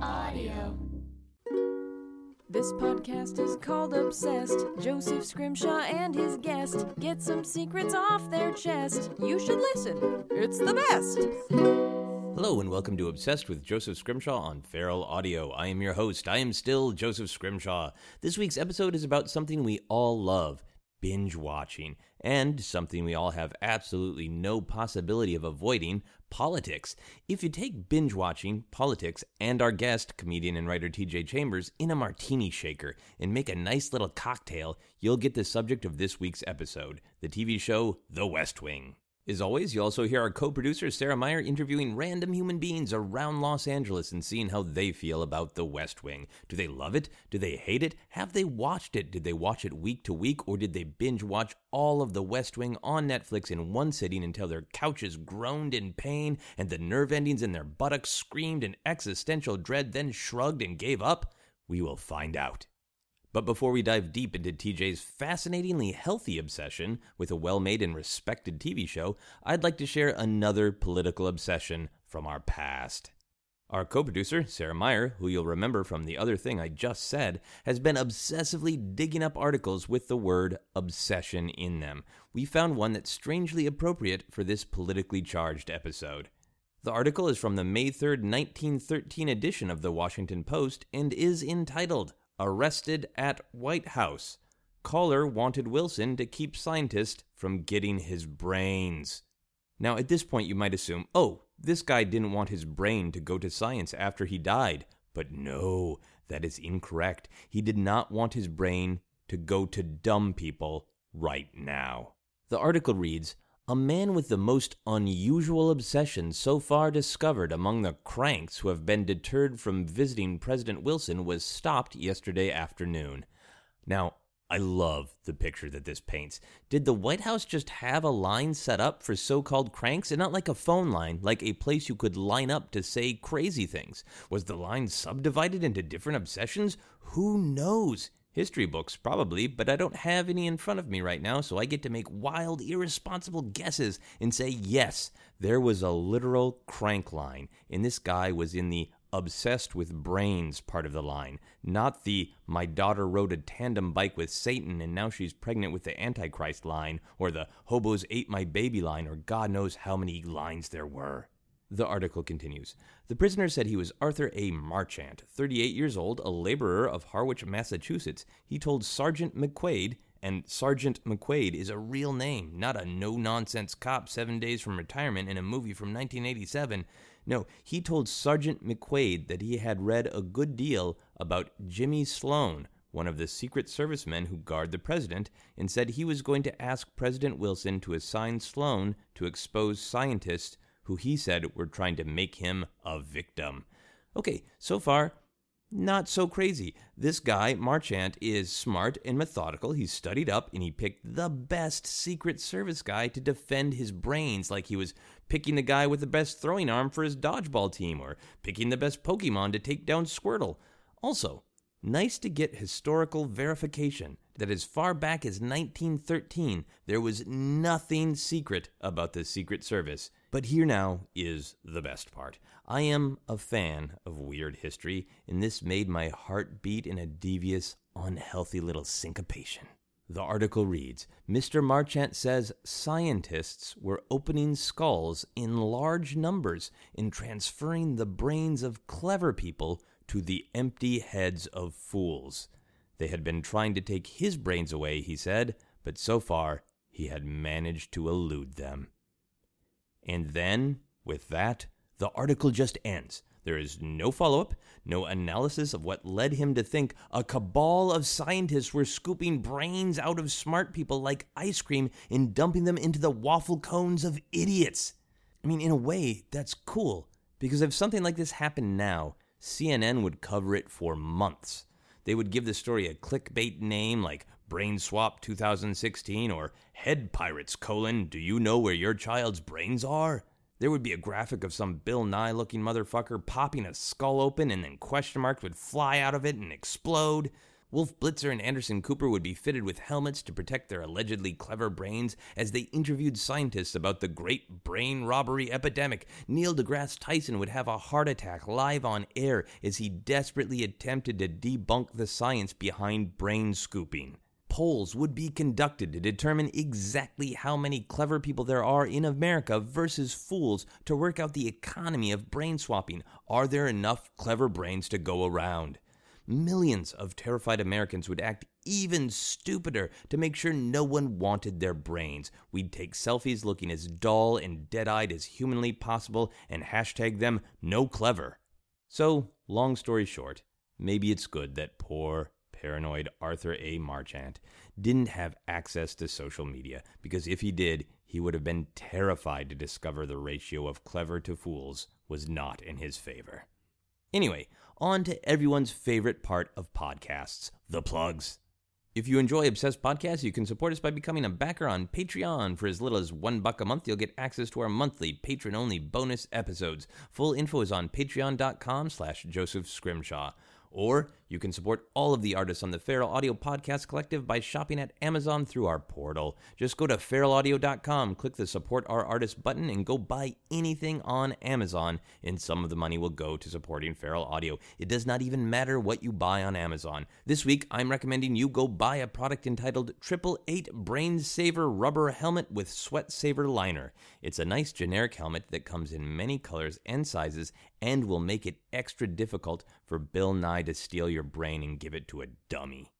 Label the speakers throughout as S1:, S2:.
S1: Audio.
S2: This podcast is called Obsessed. Joseph Scrimshaw and his guest get some secrets off their chest. You should listen, it's the best.
S3: Hello and welcome to Obsessed with Joseph Scrimshaw on Feral Audio. I am your host. I am still Joseph Scrimshaw. This week's episode is about something we all love binge watching, and something we all have absolutely no possibility of avoiding politics. If you take binge watching, politics, and our guest, comedian and writer TJ Chambers, in a martini shaker and make a nice little cocktail, you'll get the subject of this week's episode the TV show The West Wing. As always, you also hear our co producer Sarah Meyer interviewing random human beings around Los Angeles and seeing how they feel about The West Wing. Do they love it? Do they hate it? Have they watched it? Did they watch it week to week? Or did they binge watch all of The West Wing on Netflix in one sitting until their couches groaned in pain and the nerve endings in their buttocks screamed in existential dread, then shrugged and gave up? We will find out. But before we dive deep into TJ's fascinatingly healthy obsession with a well made and respected TV show, I'd like to share another political obsession from our past. Our co producer, Sarah Meyer, who you'll remember from the other thing I just said, has been obsessively digging up articles with the word obsession in them. We found one that's strangely appropriate for this politically charged episode. The article is from the May 3, 1913 edition of the Washington Post and is entitled Arrested at White House. Caller wanted Wilson to keep scientist from getting his brains. Now, at this point, you might assume, oh, this guy didn't want his brain to go to science after he died. But no, that is incorrect. He did not want his brain to go to dumb people right now. The article reads A man with the most unusual obsession so far discovered among the cranks who have been deterred from visiting President Wilson was stopped yesterday afternoon. Now, I love the picture that this paints. Did the White House just have a line set up for so called cranks and not like a phone line, like a place you could line up to say crazy things? Was the line subdivided into different obsessions? Who knows? History books, probably, but I don't have any in front of me right now, so I get to make wild, irresponsible guesses and say, yes, there was a literal crank line, and this guy was in the obsessed with brains part of the line, not the my daughter rode a tandem bike with Satan and now she's pregnant with the Antichrist line, or the hobos ate my baby line, or God knows how many lines there were. The article continues. The prisoner said he was Arthur A. Marchant, 38 years old, a laborer of Harwich, Massachusetts. He told Sergeant McQuade, and Sergeant McQuade is a real name, not a no nonsense cop seven days from retirement in a movie from 1987. No, he told Sergeant McQuade that he had read a good deal about Jimmy Sloan, one of the Secret Service men who guard the president, and said he was going to ask President Wilson to assign Sloan to expose scientists who he said were trying to make him a victim. Okay, so far, not so crazy. This guy, Marchant, is smart and methodical. He's studied up and he picked the best Secret Service guy to defend his brains, like he was picking the guy with the best throwing arm for his dodgeball team or picking the best Pokemon to take down Squirtle. Also, nice to get historical verification that as far back as 1913, there was nothing secret about the Secret Service. But here now is the best part. I am a fan of weird history, and this made my heart beat in a devious, unhealthy little syncopation. The article reads Mr. Marchant says scientists were opening skulls in large numbers and transferring the brains of clever people to the empty heads of fools. They had been trying to take his brains away, he said, but so far he had managed to elude them. And then, with that, the article just ends. There is no follow up, no analysis of what led him to think a cabal of scientists were scooping brains out of smart people like ice cream and dumping them into the waffle cones of idiots. I mean, in a way, that's cool, because if something like this happened now, CNN would cover it for months. They would give the story a clickbait name like Brain Swap 2016 or Head Pirates colon, do you know where your child's brains are? There would be a graphic of some Bill Nye looking motherfucker popping a skull open and then question marks would fly out of it and explode. Wolf Blitzer and Anderson Cooper would be fitted with helmets to protect their allegedly clever brains as they interviewed scientists about the great brain robbery epidemic. Neil deGrasse Tyson would have a heart attack live on air as he desperately attempted to debunk the science behind brain scooping. Polls would be conducted to determine exactly how many clever people there are in America versus fools to work out the economy of brain swapping. Are there enough clever brains to go around? millions of terrified Americans would act even stupider to make sure no one wanted their brains. We'd take selfies looking as dull and dead eyed as humanly possible and hashtag them no clever. So, long story short, maybe it's good that poor, paranoid Arthur A. Marchant didn't have access to social media, because if he did, he would have been terrified to discover the ratio of clever to fools was not in his favor. Anyway, on to everyone's favorite part of podcasts the plugs. If you enjoy Obsessed Podcasts, you can support us by becoming a backer on Patreon. For as little as one buck a month, you'll get access to our monthly patron-only bonus episodes. Full info is on patreon.com slash Joseph Scrimshaw. Or you can support all of the artists on the Feral Audio Podcast Collective by shopping at Amazon through our portal. Just go to feralaudio.com, click the Support Our Artist button, and go buy anything on Amazon, and some of the money will go to supporting Feral Audio. It does not even matter what you buy on Amazon. This week, I'm recommending you go buy a product entitled Triple Eight Brain Saver Rubber Helmet with Sweat Saver Liner. It's a nice generic helmet that comes in many colors and sizes and will make it extra difficult for Bill Nye to steal your brain and give it to a dummy.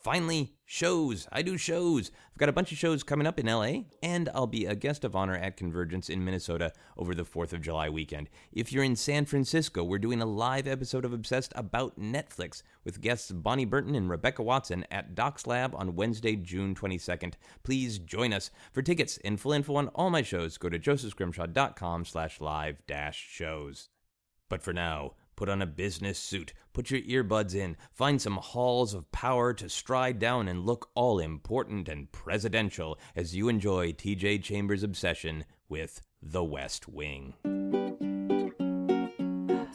S3: Finally, shows. I do shows. I've got a bunch of shows coming up in LA, and I'll be a guest of honor at Convergence in Minnesota over the 4th of July weekend. If you're in San Francisco, we're doing a live episode of Obsessed about Netflix with guests Bonnie Burton and Rebecca Watson at Docs Lab on Wednesday, June 22nd. Please join us. For tickets and full info on all my shows, go to josephscrimshaw.com slash live dash shows. But for now, put on a business suit, put your earbuds in, find some halls of power to stride down and look all important and presidential as you enjoy TJ Chambers' obsession with The West Wing.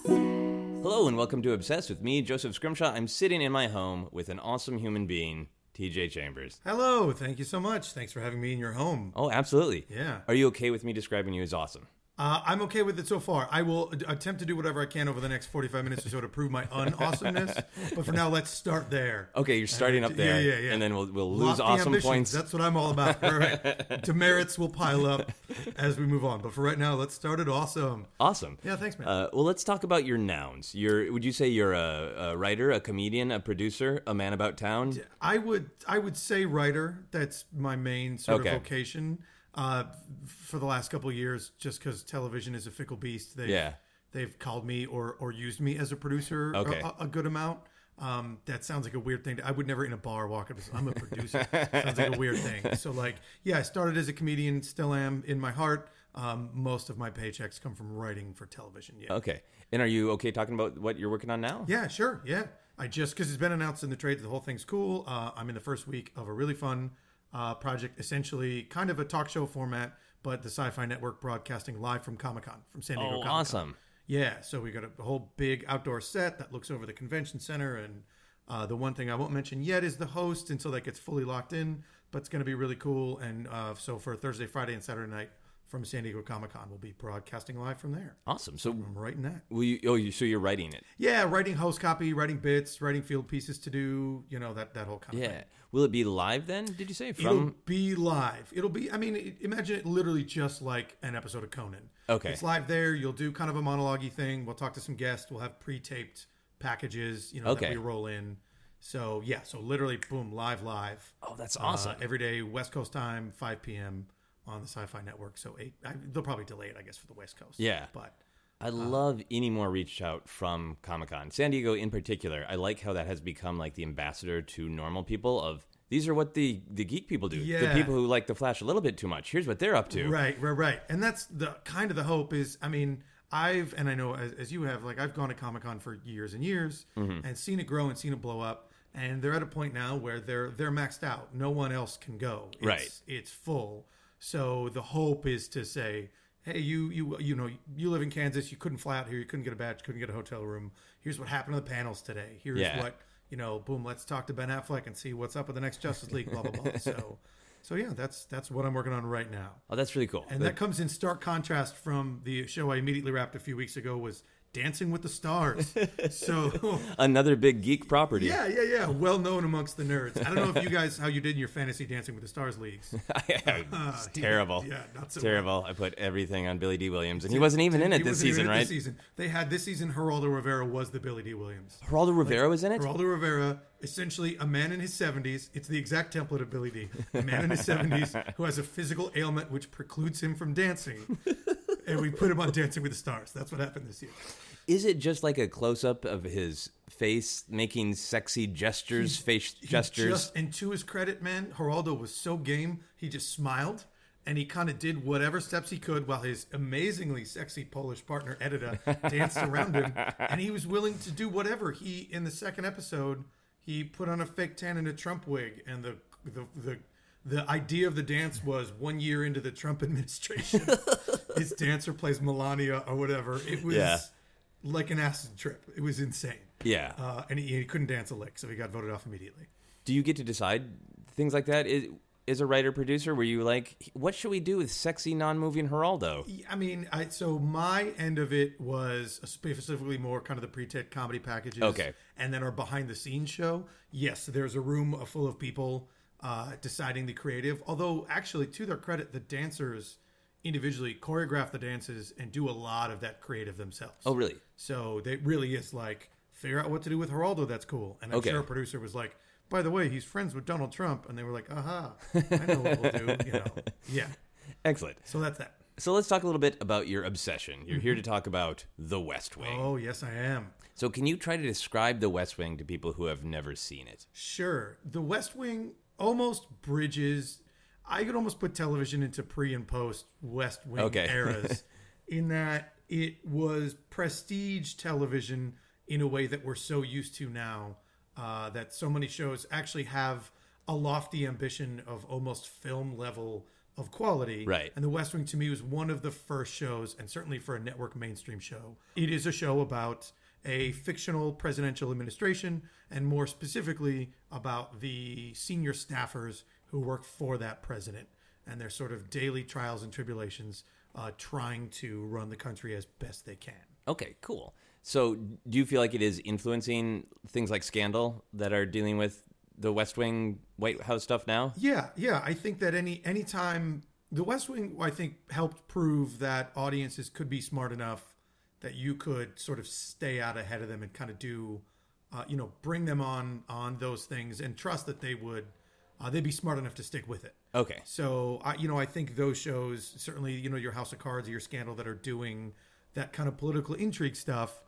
S3: Hello and welcome to Obsessed with me, Joseph Scrimshaw. I'm sitting in my home with an awesome human being, TJ Chambers.
S1: Hello, thank you so much. Thanks for having me in your home.
S3: Oh, absolutely.
S1: Yeah.
S3: Are you okay with me describing you as awesome?
S1: Uh, I'm okay with it so far. I will d- attempt to do whatever I can over the next 45 minutes or so to prove my unawesomeness. but for now, let's start there.
S3: Okay, you're starting Oh, up there,
S1: Uh, yeah, yeah, yeah.
S3: and then we'll, we'll
S1: Lofty
S3: lose awesome
S1: ambitions,
S3: points.
S1: That's what I'm all about. All right. Demerits will pile up as we move on. But for right now, let's start it awesome.
S3: Awesome.
S1: Yeah, thanks, man.
S3: Uh, well, let's talk about your nouns. Your would you say you're a, a writer, a comedian, a producer, a man about town?
S1: I would I would say writer. That's my main sort
S3: Okay.
S1: of vocation. Uh, for the last couple of years, just because television is a fickle beast, they've
S3: Yeah.
S1: they've called me or or used me as a producer a-
S3: Okay.
S1: a, a good amount. Um, that sounds like a weird thing. To, I would never in a bar walk up. and say, I'm a producer. sounds like a weird thing. So like, yeah, I started as a comedian, still am in my heart. Um, most of my paychecks come from writing for television. Yeah.
S3: Okay. And are you okay talking about what you're working on now?
S1: Yeah, sure. Yeah. I just, because it's been announced in the trade, that the whole thing's cool. Uh, I'm in the first week of a really fun uh, project, essentially kind of a talk show format, but the Sci Fi Network broadcasting live from Comic Con, from San Diego
S3: Oh,
S1: Comic Con.
S3: awesome.
S1: Yeah, so we got a whole big outdoor set that looks over the convention center, and uh, the one thing I won't mention yet is the host until that gets fully locked in. But it's going to be really cool, and uh, so for Thursday, Friday, and Saturday night from San Diego Comic Con, we'll be broadcasting live from there.
S3: Awesome. So,
S1: I'm writing that.
S3: will you, oh, you, so you're writing it?
S1: Yeah, writing host copy, writing bits, writing field pieces to do, you know, that, that whole kind of thing.
S3: Yeah. Will it be live then? Did you say
S1: It'll
S3: from?
S1: be live. It'll be, I mean, i- imagine it literally just like an episode of Conan.
S3: Okay.
S1: It's live there. You'll do kind of a monologue thing. We'll talk to some guests. We'll have pre taped packages, you know,
S3: Okay.
S1: that we roll in. So, yeah, so literally, boom, live, live.
S3: Oh, that's awesome.
S1: Uh, every day, West Coast time, 5 p.m. on the Sci Fi Network. So, eight, I, they'll probably delay it, I guess, for the West Coast.
S3: Yeah.
S1: But uh,
S3: I love any more reach out from Comic Con, San Diego in particular. I like how that has become like the ambassador to normal people of these are what the the geek people do. The
S1: Yeah.
S3: people who like the Flash a little bit too much. Here's what they're up to.
S1: Right, right, right. And that's the kind of the hope is. I mean, I've and I know as, as you have, like I've gone to Comic Con for years and years
S3: Mm-hmm.
S1: and seen it grow and seen it blow up. And they're at a point now where they're they're maxed out. No one else can go. It's,
S3: Right.
S1: it's full. So the hope is to say, hey, you you you know you live in Kansas. You couldn't fly out here. You couldn't get a badge. Couldn't get a hotel room. Here's what happened to the panels today. Here's
S3: Yeah.
S1: what you know, boom, let's talk to Ben Affleck and see what's up with the next Justice League, blah blah blah. So, so yeah, that's that's what I'm working on right now,
S3: Oh, that's really cool.
S1: and that comes in stark contrast from the show I immediately wrapped a few weeks ago was Dancing with the Stars. so
S3: Another big geek property.
S1: yeah, yeah, yeah, well known amongst the nerds. I don't know if you guys how you did in your fantasy Dancing with the Stars leagues.
S3: it's terrible.
S1: Uh, yeah, not so
S3: terrible. I put everything on Billy D. Williams, and he wasn't even in it
S1: He
S3: this
S1: wasn't even
S3: season,
S1: in it
S3: right?
S1: This season, they had this season. Geraldo Rivera was the Billy D. Williams.
S3: Geraldo Rivera was in it.
S1: Geraldo Rivera, essentially a man in his 70s. It's the exact template of Billy D. A man in his 70s who has a physical ailment which precludes him from dancing. and we put him on Dancing with the Stars. That's what happened this year.
S3: Is it just like a close up of his face making sexy gestures, face
S1: He
S3: gestures?
S1: just- and to his credit, man, Geraldo was so game. He just smiled and he kind of did whatever steps he could while his amazingly sexy Polish partner, Edita, danced around him. And he was willing to do whatever. He, in the second episode, he put on a fake tan and a Trump wig. And the, the, the, the idea of the dance was one year into the Trump administration, his dancer plays Melania or whatever. It was
S3: Yeah.
S1: like an acid trip. It was insane.
S3: yeah.
S1: Uh, and he, he couldn't dance a lick, so he got voted off immediately.
S3: do you get to decide things like that? Is, as a writer producer, were you like, what should we do with sexy non moving Geraldo?
S1: I mean, I so my end of it was specifically more kind of the pre-tit comedy packages.
S3: Okay.
S1: And then our behind the scenes show. Yes, there's a room full of people uh, deciding the creative. Although, actually, to their credit, the dancers individually choreograph the dances and do a lot of that creative themselves.
S3: Oh, really?
S1: So they really is like figure out what to do with Geraldo. That's cool. And I'm
S3: Okay.
S1: sure a producer was like, by the way, he's friends with Donald Trump, and they were like, aha, I know what we'll do. You know, yeah.
S3: Excellent.
S1: So that's that.
S3: So let's talk a little bit about your obsession. You're
S1: Mm-hmm.
S3: here to talk about The West Wing.
S1: Oh yes, I am.
S3: So, can you try to describe The West Wing to people who have never seen it?
S1: Sure. The West Wing almost bridges. I could almost put television into pre and post West Wing
S3: Okay.
S1: eras in that it was prestige television in a way that we're so used to now uh, that so many shows actually have a lofty ambition of almost film level of quality.
S3: Right.
S1: And The West Wing to me was one of the first shows, and certainly for a network mainstream show. It is a show about a fictional presidential administration, and more specifically about the senior staffers who work for that president and their sort of daily trials and tribulations uh, trying to run the country as best they can.
S3: Okay, cool. So, do you feel like it is influencing things like Scandal that are dealing with the West Wing White House stuff now?
S1: Yeah, yeah. I think that any any time the West Wing, I think, helped prove that audiences could be smart enough that you could sort of stay out ahead of them and kind of do, uh, you know, bring them on on those things and trust that they would, uh, they'd be smart enough to stick with it.
S3: Okay.
S1: So I, you know, I think those shows certainly, you know, your House of Cards or your Scandal that are doing that kind of political intrigue stuff.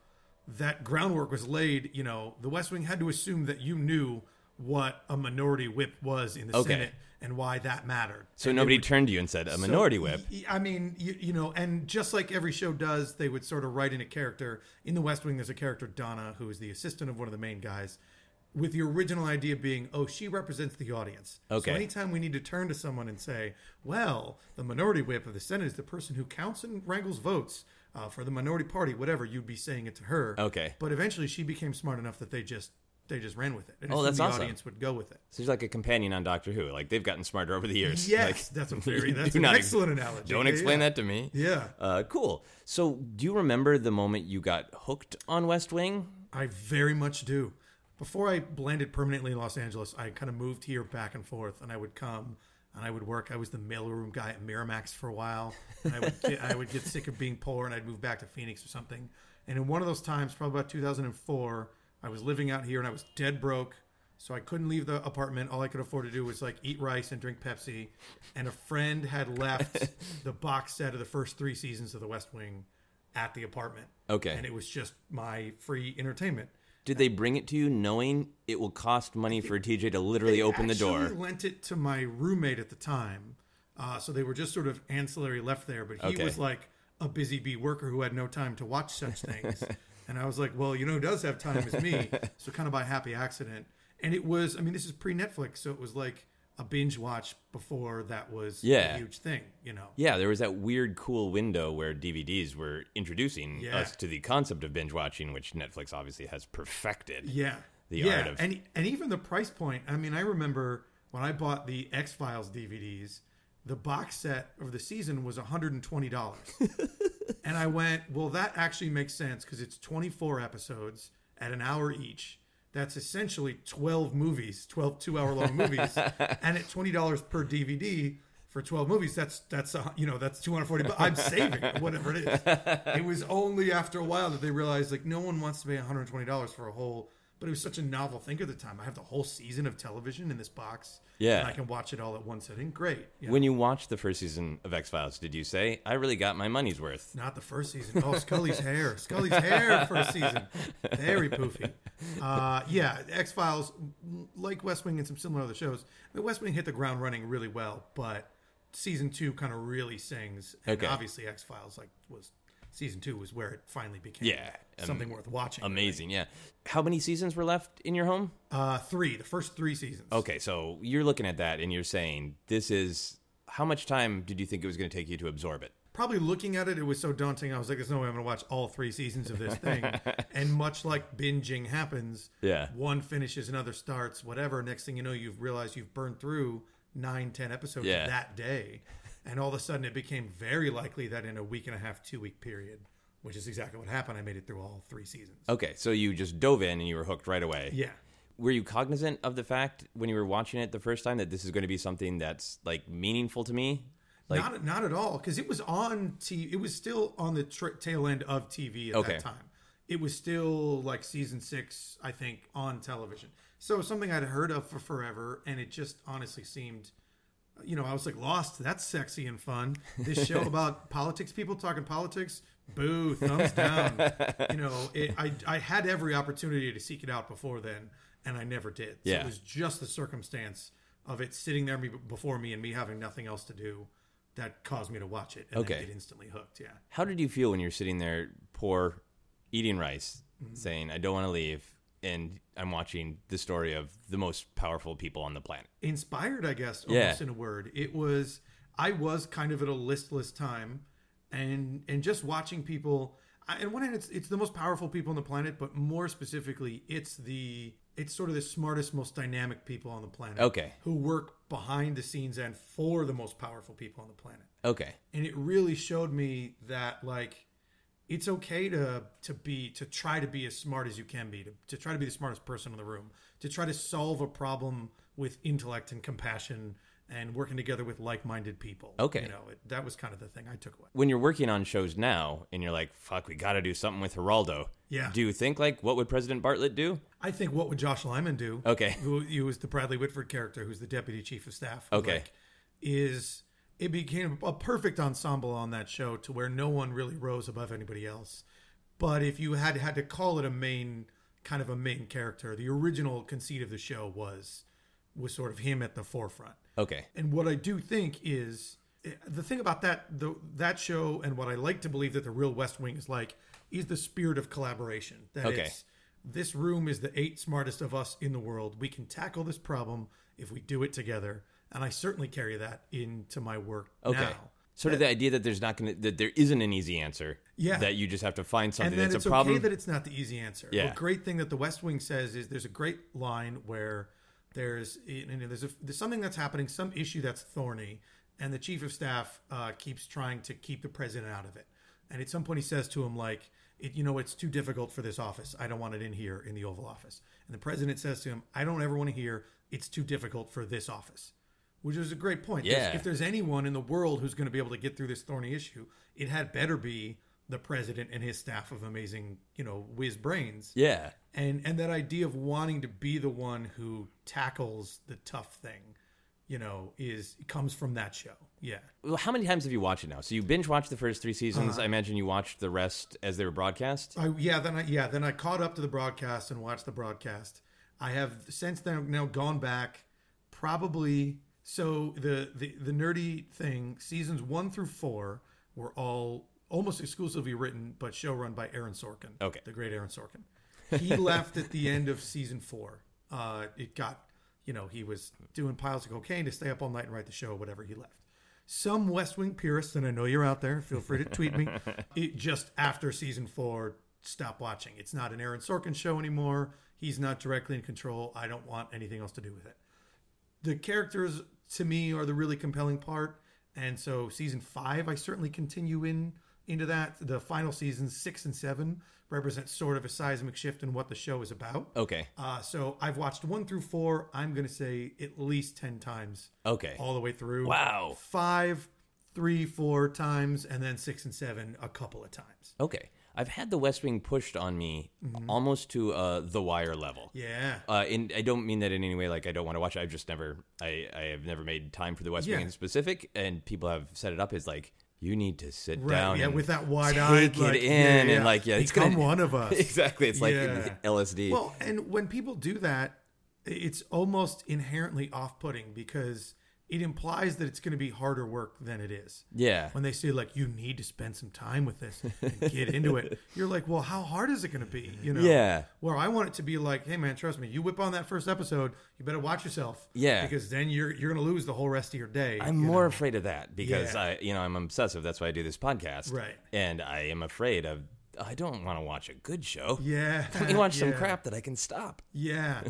S1: That groundwork was laid. You know, the West Wing had to assume that you knew what a minority whip was in the
S3: Okay.
S1: Senate and why that mattered.
S3: So, nobody turned to you and said, a minority whip.
S1: Y- I mean, you, you know, and just like every show does, they would sort of write in a character. In The West Wing, there's a character, Donna, who is the assistant of one of the main guys, with the original idea being, oh, she represents the audience.
S3: Okay.
S1: So anytime we need to turn to someone and say, well, the minority whip of the Senate is the person who counts and wrangles votes uh, for the minority party, whatever, you'd be saying it to her.
S3: Okay.
S1: But eventually she became smart enough that they just they just ran with it. And
S3: Oh,
S1: assumed
S3: that's
S1: the
S3: awesome.
S1: audience would go with it.
S3: So, he's like a companion on Doctor Who. Like, they've gotten smarter over the years.
S1: Yes,
S3: Like,
S1: that's a theory.
S3: you
S1: That's
S3: do
S1: an
S3: not ex-
S1: excellent analogy.
S3: Don't
S1: Yeah,
S3: explain
S1: yeah.
S3: that to me.
S1: Yeah.
S3: Uh, cool. So, do you remember the moment you got hooked on West Wing?
S1: I very much do. Before I landed permanently in Los Angeles, I kind of moved here back and forth, and I would come and I would work. I was the mailroom guy at Miramax for a while. And I would get, I would get sick of being poor, and I'd move back to Phoenix or something. And in one of those times, probably about 2004, I was living out here and I was dead broke, so I couldn't leave the apartment. All I could afford to do was like eat rice and drink Pepsi. And a friend had left the box set of the first three seasons of The West Wing at the apartment.
S3: Okay.
S1: And it was just my free entertainment.
S3: Did they bring it to you knowing it will cost money for TJ to literally open the door?
S1: Actually lent it to my roommate at the time, uh, so they were just sort of ancillary left there. But he
S3: Okay.
S1: was like a busy bee worker who had no time to watch such things, and I was like, well, you know, who does have time is me. so kind of by happy accident, and it was. I mean, this is pre Netflix, so it was like a binge watch before that was
S3: Yeah.
S1: a huge thing, you know.
S3: Yeah, there was that weird, cool window where DVDs were introducing
S1: Yeah.
S3: us to the concept of binge watching, which Netflix obviously has perfected.
S1: Yeah.
S3: the
S1: yeah,
S3: art of
S1: and and even the price point. I mean, I remember when I bought the X Files DVDs, the box set of the season was one hundred and twenty dollars, and I went, well, that actually makes sense because it's twenty four episodes at an hour each. That's essentially twelve movies, 12 two hour long movies, and at twenty dollars per DVD. For twelve movies, that's that's a, you know that's two hundred forty. But I'm saving whatever it is. It was only after a while that they realized like no one wants to pay one hundred twenty dollars for a whole but it was such a novel thing at the time. I have the whole season of television in this box.
S3: Yeah.
S1: And I can watch it all at one sitting. Great. Yeah.
S3: when you watched the first season of X Files, did you say I really got my money's worth?
S1: Not the first season. Oh, Scully's hair. Scully's hair first season. Very poofy. Uh, yeah, X Files, like West Wing and some similar other shows. I mean, West Wing hit the ground running really well, but season two kind of really sings. And
S3: Okay.
S1: obviously, X Files like was season two was where it finally became
S3: Yeah, um,
S1: something worth watching. really.
S3: Amazing, yeah. How many seasons were left in your home?
S1: Uh, three, the first three seasons.
S3: Okay, so you're looking at that and you're saying this is how much time did you think it was going to take you to absorb it?
S1: probably looking at it, it was so daunting. I was like, there's no way I'm going to watch all three seasons of this thing. and much like binging happens,
S3: Yeah.
S1: one finishes, another starts, whatever. Next thing you know, you've realized you've burned through nine, ten episodes
S3: Yeah.
S1: that day. And all of a sudden, it became very likely that in a week and a half, two week period, which is exactly what happened, I made it through all three seasons.
S3: Okay, so you just dove in and you were hooked right away.
S1: Yeah.
S3: Were you cognizant of the fact when you were watching it the first time that this is going to be something that's like meaningful to me? Like,
S1: not not at all because it was on T. It was still on the tr- tail end of TV at
S3: Okay.
S1: that time. It was still like season six, I think, on television. So something I'd heard of for forever, and it just honestly seemed, you know, I was like, Lost. That's sexy and fun. This show about politics, people talking politics. Boo, thumbs down. you know, it, I I had every opportunity to seek it out before then, and I never did. So
S3: Yeah.
S1: it was just the circumstance of it sitting there me- before me and me having nothing else to do that caused me to watch it and
S3: Okay.
S1: then get instantly hooked. Yeah.
S3: how did you feel when you're sitting there, poor, eating rice,
S1: Mm-hmm.
S3: saying, I don't want to leave, and I'm watching the story of the most powerful people on the planet?
S1: Inspired, I guess,
S3: Yeah.
S1: almost in a word. It was, I was kind of at a listless time and, and just watching people. I, on one hand, it's, it's the most powerful people on the planet, but more specifically, it's the, it's sort of the smartest, most dynamic people on the planet.
S3: Okay.
S1: Who work behind the scenes and for the most powerful people on the planet.
S3: Okay.
S1: and it really showed me that like it's okay to to be to try to be as smart as you can be to, to try to be the smartest person in the room to try to solve a problem with intellect and compassion and working together with like-minded people
S3: Okay.
S1: you know it, that was kind of the thing i took away
S3: when you're working on shows now and you're like, fuck, we got to do something with Geraldo.
S1: Yeah.
S3: Do you think, like, what would President Bartlett do?
S1: i think what would josh lyman do
S3: Okay.
S1: who, who was the bradley whitford character who's the deputy chief of staff who,
S3: Okay.
S1: like, is it became a perfect ensemble on that show to where no one really rose above anybody else but if you had had to call it a main kind of a main character the original conceit of the show was was sort of him at the forefront
S3: Okay.
S1: and what i do think is eh, the thing about that the, that show and what i like to believe that the real west wing is like is the spirit of collaboration that
S3: Okay.
S1: it's this room is the eight smartest of us in the world we can tackle this problem if we do it together and i certainly carry that into my work
S3: Okay.
S1: now
S3: Sort of the idea that there's not going to, that there isn't an easy answer.
S1: Yeah.
S3: That you just have to find something
S1: and then
S3: that's
S1: it's
S3: a problem.
S1: okay that it's not the easy answer.
S3: Yeah.
S1: A great thing that the West Wing says is there's a great line where there's you know, there's, a, there's something that's happening, some issue that's thorny, and the chief of staff uh, keeps trying to keep the president out of it. And at some point, he says to him like, it, "You know, it's too difficult for this office. I don't want it in here in the Oval Office." And the president says to him, "I don't ever want to hear it's too difficult for this office." Which is a great point. There's-
S3: Yeah.
S1: If there's anyone in the world who's going to be able to get through this thorny issue, it had better be the president and his staff of amazing, you know, whiz brains.
S3: yeah.
S1: And and that idea of wanting to be the one who tackles the tough thing, you know, is comes from that show. Yeah.
S3: Well, how many times have you watched it now? So you binge watched the first three seasons.
S1: Uh-huh.
S3: I imagine you watched the rest as they were broadcast.
S1: I yeah, then I yeah, then I caught up to the broadcast and watched the broadcast. I have since then now gone back probably so the the, the nerdy thing, seasons one through four were all almost exclusively written but show run by Aaron Sorkin.
S3: Okay.
S1: The great Aaron Sorkin. He left at the end of season four. Uh it got you know, he was doing piles of cocaine to stay up all night and write the show, whatever he left some West Wing purists, and I know you're out there, feel free to tweet me. It just after season four stop watching. It's not an Aaron Sorkin show anymore. He's not directly in control. I don't want anything else to do with it. The characters to me are the really compelling part, and so season five, I certainly continue in into that. The final seasons six and seven represent sort of a seismic shift in what the show is about.
S3: Okay.
S1: Uh, so I've watched one through four. I'm going to say at least 10 times
S3: Okay.
S1: all the way through.
S3: Wow.
S1: Five, three, four times, and then six and seven a couple of times.
S3: Okay. I've had The West Wing pushed on me almost to uh, The Wire level.
S1: Mm-hmm. Yeah.
S3: Uh, and I don't mean that in any way. Like I don't want to watch it. I've just never. I I have never made time for The West Wing
S1: Yeah.
S3: in specific. And people have set it up as like you need to sit
S1: Right,
S3: down.
S1: yeah,
S3: and
S1: with that wide eye,
S3: take it
S1: like,
S3: in,
S1: yeah, yeah.
S3: and like yeah, it's
S1: Become
S3: gonna,
S1: one of us.
S3: exactly. It's like
S1: Yeah.
S3: LSD.
S1: Well, and when people do that, it's almost inherently off putting because it implies that it's going to be harder work than it is.
S3: yeah.
S1: When they say like you need to spend some time with this and get into it, you're like, well, how hard is it going to be? You know,
S3: Yeah.
S1: Where I want it to be like, hey man, trust me, you whip on that first episode, you better watch yourself,
S3: Yeah.
S1: because then you're you're going to lose the whole rest of your day.
S3: I'm
S1: you
S3: more
S1: know?
S3: afraid of that because
S1: Yeah.
S3: I, you know, I'm obsessive. That's why I do this podcast,
S1: Right.
S3: And I am afraid of. I don't want to watch a good show.
S1: yeah.
S3: Let me watch some
S1: yeah.
S3: crap that I can stop.
S1: Yeah.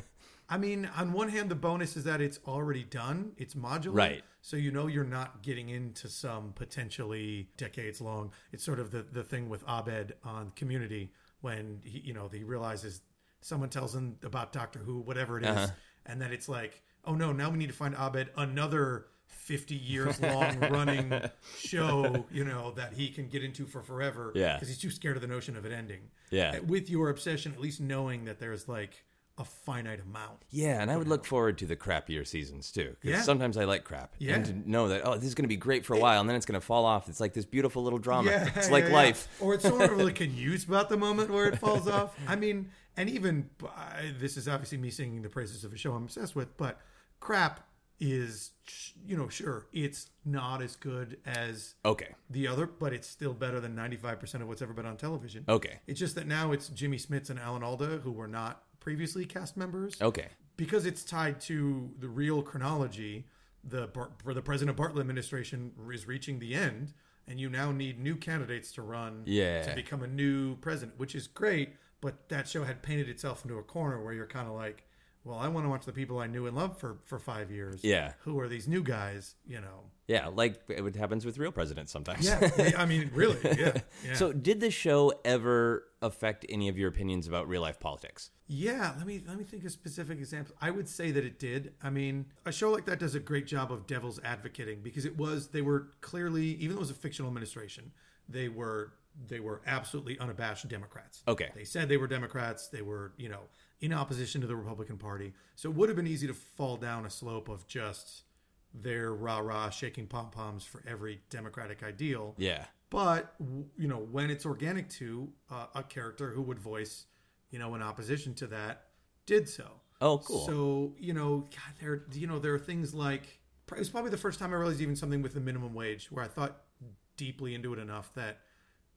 S1: I mean, on one hand, the bonus is that it's already done. It's modular.
S3: Right.
S1: So you know you're not getting into some potentially decades long. It's sort of the, the thing with Abed on Community when he, you know, he realizes someone tells him about Doctor Who, whatever it is,
S3: Uh-huh.
S1: and then it's like, oh no, now we need to find Abed another 50 years long running show, you know, that he can get into for forever.
S3: Yeah.
S1: Because he's too scared of the notion of it ending.
S3: Yeah.
S1: eh, With your obsession, at least knowing that there's like a finite amount.
S3: Yeah, and I would look forward to the crappier seasons too. Because
S1: Yeah.
S3: sometimes I like crap.
S1: Yeah.
S3: And to know that, oh, this is going to be great for a while, and then it's going to fall off. It's like this beautiful little drama.
S1: Yeah,
S3: it's like
S1: yeah, yeah.
S3: life.
S1: Or it's sort of like a news about the moment where it falls off. I mean, and even I, this is obviously me singing the praises of a show I'm obsessed with, but crap is, sh- you know, sure, it's not as good as
S3: Okay.
S1: the other, but it's still better than 95% of what's ever been on television.
S3: Okay.
S1: It's just that now it's Jimmy Smits and Alan Alda, who were not previously cast members.
S3: Okay.
S1: because it's tied to the real chronology, the Bar- for the President Bartlett administration is reaching the end, and you now need new candidates to run
S3: Yeah.
S1: to become a new president, which is great. But that show had painted itself into a corner where you're kind of like, well, I want to watch the people I knew and loved for for five years.
S3: Yeah.
S1: who are these new guys? You know.
S3: Yeah, like it happens with real presidents sometimes.
S1: Yeah, I mean, really, yeah. yeah.
S3: So, did this show ever affect any of your opinions about real life politics?
S1: Yeah, let me let me think of specific examples. I would say that it did. I mean, a show like that does a great job of devil's advocating because it was they were clearly even though it was a fictional administration, they were they were absolutely unabashed Democrats.
S3: Okay.
S1: They said they were Democrats, they were, you know, in opposition to the Republican Party. So it would have been easy to fall down a slope of just their rah-rah shaking pom-poms for every democratic ideal
S3: Yeah.
S1: but w- you know when it's organic to uh, a character who would voice you know in opposition to that did so
S3: Oh, cool.
S1: so you know God, there you know there are things like pr- it's probably the first time i realized even something with the minimum wage where i thought deeply into it enough that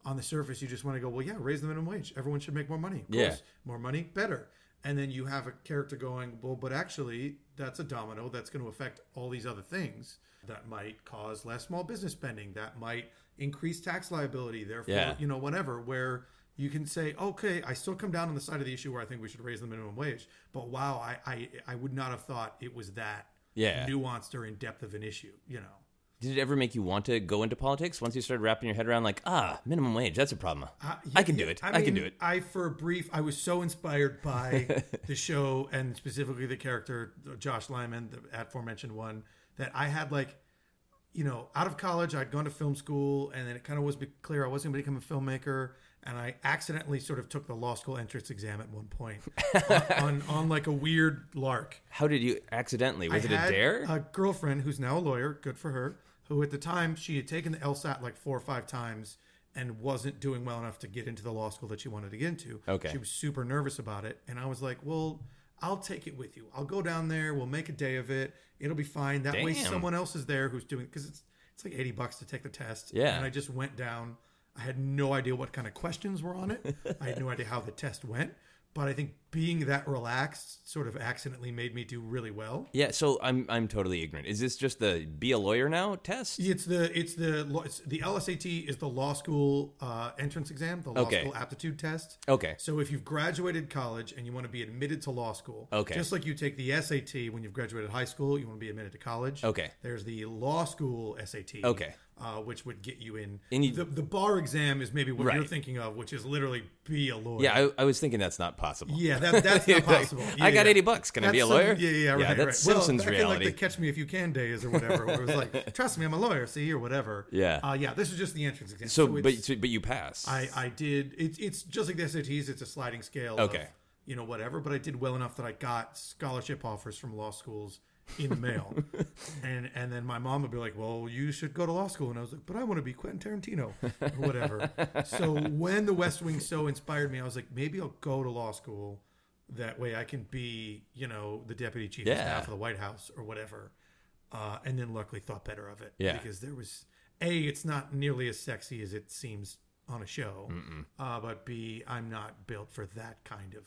S1: on the surface you just want to go well yeah raise the minimum wage everyone should make more money of
S3: Yeah.
S1: course more money better and then you have a character going well but actually that's a domino that's going to affect all these other things that might cause less small business spending that might increase tax liability therefore
S3: Yeah.
S1: you know whatever where you can say okay i still come down on the side of the issue where i think we should raise the minimum wage but wow i i, I would not have thought it was that
S3: Yeah.
S1: nuanced or in depth of an issue you know
S3: Did it ever make you want to go into politics once you started wrapping your head around, like, ah, minimum wage, that's a problem.
S1: Uh,
S3: I can
S1: yeah,
S3: do it. I,
S1: mean,
S3: can do it.
S1: I for a brief, I was so inspired by the show and specifically the character Josh Lyman, the aforementioned one, that I had like, you know, out of college, I'd gone to film school, and then it kind of was be- clear I wasn't going to become a filmmaker, and I accidentally sort of took the law school entrance exam at one point on, on on like a weird lark.
S3: How did you accidentally? Was
S1: I
S3: it a
S1: had
S3: dare?
S1: A girlfriend who's now a lawyer, good for her, who at the time she had taken the LSAT like four or five times and wasn't doing well enough to get into the law school that she wanted to get into.
S3: Okay.
S1: She was super nervous about it. And I was like, well, I'll take it with you. I'll go down there. We'll make a day of it. It'll be fine. That way
S3: Damn.
S1: someone else is there who's doing because it's it's like 80 bucks to take the test.
S3: Yeah.
S1: And I just went down. I had no idea what kind of questions were on it. I had no idea how the test went. but I think being that relaxed sort of accidentally made me do really well.
S3: Yeah, so I'm I'm totally ignorant. Is this just the be a lawyer now test?
S1: It's the it's the law- it's the LSAT is the law school uh, entrance exam, the law
S3: Okay.
S1: school aptitude test.
S3: Okay.
S1: So if you've graduated college and you want to be admitted to law school,
S3: Okay.
S1: just like you take the SAT when you've graduated high school, you want to be admitted to college.
S3: Okay.
S1: There's the law school SAT.
S3: Okay.
S1: Uh, which would get you in.
S3: And you-
S1: the, the bar exam is maybe what you're
S3: Right.
S1: thinking of, which is literally be a lawyer.
S3: Yeah, I, I was thinking that's not possible.
S1: Yeah, that, that's not possible. Yeah,
S3: I got
S1: yeah.
S3: 80 bucks. Can I
S1: That's
S3: be a
S1: some-
S3: lawyer?
S1: yeah, yeah, right.
S3: that's
S1: right.
S3: Simpsons
S1: well, back in,
S3: reality.
S1: like the Catch Me If You Can days or whatever, where it was like, trust me, I'm a lawyer, see, or whatever.
S3: Yeah.
S1: Uh, yeah, this is just the entrance exam.
S3: so, but
S1: it's-
S3: so- but you pass.
S1: I, I did, it, it's just like the SATs, it's a sliding scale. Of,
S3: Okay.
S1: you know, whatever, but I did well enough that I got scholarship offers from law schools in the mail. and and then my mom would be like, well, you should go to law school. And I was like, but I want to be Quentin Tarantino or whatever. so when The West Wing so inspired me, I was like, maybe I'll go to law school that way I can be, you know, the deputy chief of
S3: Yeah.
S1: staff of the White House or whatever. Uh, and then luckily thought better of it.
S3: Yeah.
S1: Because there was A, it's not nearly as sexy as it seems on a show. Uh, but B, I'm not built for that kind of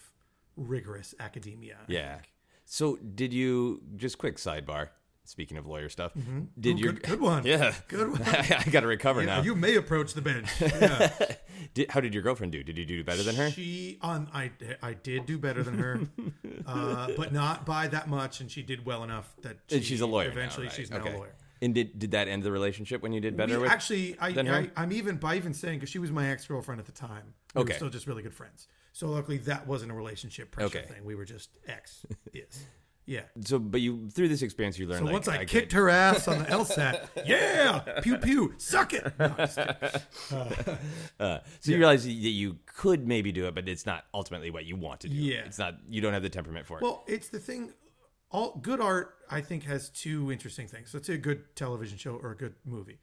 S1: rigorous academia. I
S3: yeah.
S1: think.
S3: So did you just quick sidebar? Speaking of lawyer stuff, did
S1: Mm-hmm. Ooh,
S3: your
S1: good, good one.
S3: yeah
S1: Good one.
S3: I, got to recover
S1: Yeah,
S3: now.
S1: You may approach the bench. Yeah.
S3: Did, how did your girlfriend do? Did you do better than her?
S1: She on I I did do better than her, uh, but not by that much, and she did well enough that she,
S3: And she's a lawyer. now,
S1: Eventually,
S3: right?
S1: she's now
S3: Okay.
S1: a lawyer.
S3: And did did that end the relationship when you did better
S1: We
S3: with?
S1: actually, I,
S3: than her?
S1: I I'm even by even saying because she was my ex girlfriend at the time. We
S3: Okay.
S1: were still just really good friends. So luckily, that wasn't a relationship pressure
S3: Okay.
S1: thing. We were just ex. yes. Yeah.
S3: so, but you through this experience, you learned.
S1: So
S3: like,
S1: once I,
S3: could-
S1: kicked her ass on the LSAT, yeah, pew pew, suck it. No, I'm just kidding.
S3: uh, so you realize that you could maybe do it, but it's not ultimately what you want to do.
S1: Yeah.
S3: it's not. You don't have the temperament for it.
S1: well, it's the thing. All good art, I think, has two interesting things. Let's say a good television show or a good movie.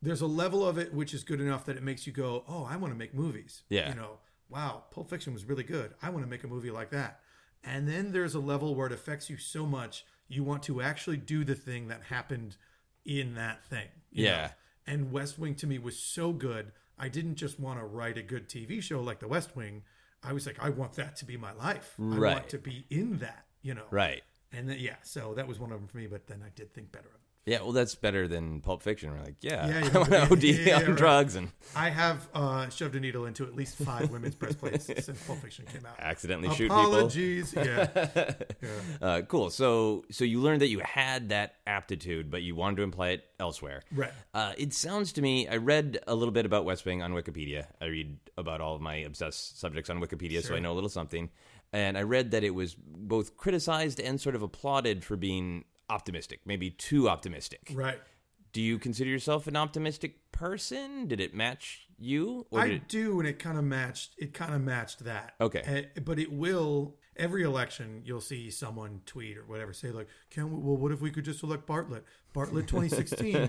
S1: There's a level of it which is good enough that it makes you go, "Oh, I want to make movies."
S3: Yeah.
S1: You know, wow, Pulp Fiction was really good. I want to make a movie like that. And then there's a level where it affects you so much you want to actually do the thing that happened in that thing. you
S3: Yeah.
S1: know? And West Wing to me was so good. I didn't just want to write a good TV show like The West Wing. I was like, I want that to be my life. I
S3: Right.
S1: want to be in that, you know.
S3: right.
S1: And then, yeah, so that was one of them for me. But then I did think better of it.
S3: Yeah, well, that's better than Pulp Fiction. We're like, yeah,
S1: Yeah, you
S3: I want to
S1: know,
S3: OD
S1: yeah,
S3: on
S1: right.
S3: drugs and
S1: I have uh, shoved a needle into at least five women's breastplates since Pulp Fiction came out.
S3: accidentally shoot
S1: Apologies. Yeah.
S3: people. Uh, cool. So, so you learned that you had that aptitude, but you wanted to apply it elsewhere.
S1: Right.
S3: Uh, it sounds to me. I read a little bit about West Wing on Wikipedia. I read about all of my obsessed subjects on Wikipedia, so I know a little something. And I read that it was both criticized and sort of applauded for being optimistic, maybe too optimistic.
S1: Right.
S3: Do you consider yourself an optimistic person? Did it match you? Or
S1: I
S3: did it,
S1: do, and it kind of matched. It kind of matched that.
S3: Okay.
S1: Uh, but it will every election. You'll see someone tweet or whatever say like, "Can we, well, what if we could just elect Bartlett, Bartlett 2016?"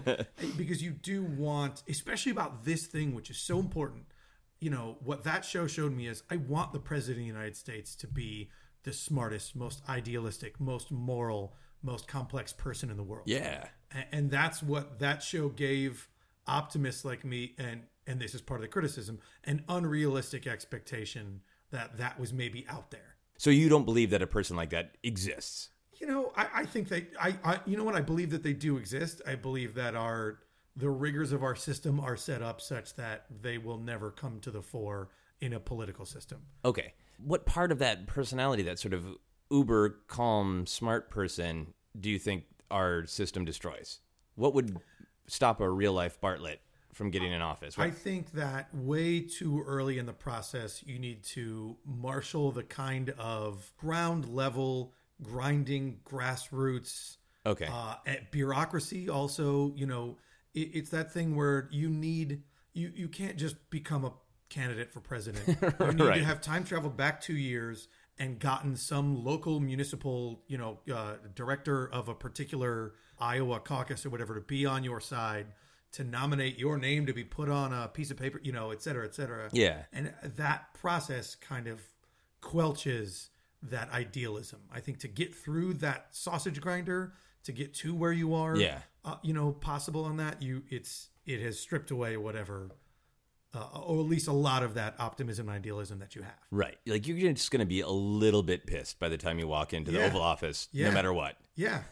S1: because you do want, especially about this thing, which is so important. You know what that show showed me is I want the president of the United States to be the smartest, most idealistic, most moral, most complex person in the world.
S3: yeah.
S1: A- and that's what that show gave optimists like me and and this is part of the criticism an unrealistic expectation that that was maybe out there
S3: So you don't believe that a person like that exists?
S1: you know i, I think they I, I you know what i believe that they do exist i believe that our the rigors of our system are set up such that they will never come to the fore in a political system
S3: Okay. What part of that personality, that sort of uber calm, smart person, do you think our system destroys? What would stop a real life Bartlett from getting in office?
S1: I think that way too early in the process, you need to marshal the kind of ground level, grinding, grassroots
S3: okay.
S1: uh, at bureaucracy. Also, you know, it, it's that thing where you need you you can't just become a candidate for president. You need
S3: Right.
S1: to have time traveled back two years and gotten some local municipal, you know, uh, director of a particular Iowa caucus or whatever to be on your side to nominate your name to be put on a piece of paper, you know, et cetera, et cetera.
S3: Yeah.
S1: And that process kind of quelches that idealism. I think to get through that sausage grinder, to get to where you are,
S3: Yeah.
S1: uh, you know, possible on that, you it's it has stripped away whatever uh, or at least a lot of that optimism and idealism that you have.
S3: Right. Like you're just going to be a little bit pissed by the time you walk into the
S1: Yeah.
S3: Oval Office,
S1: Yeah.
S3: no matter what.
S1: Yeah.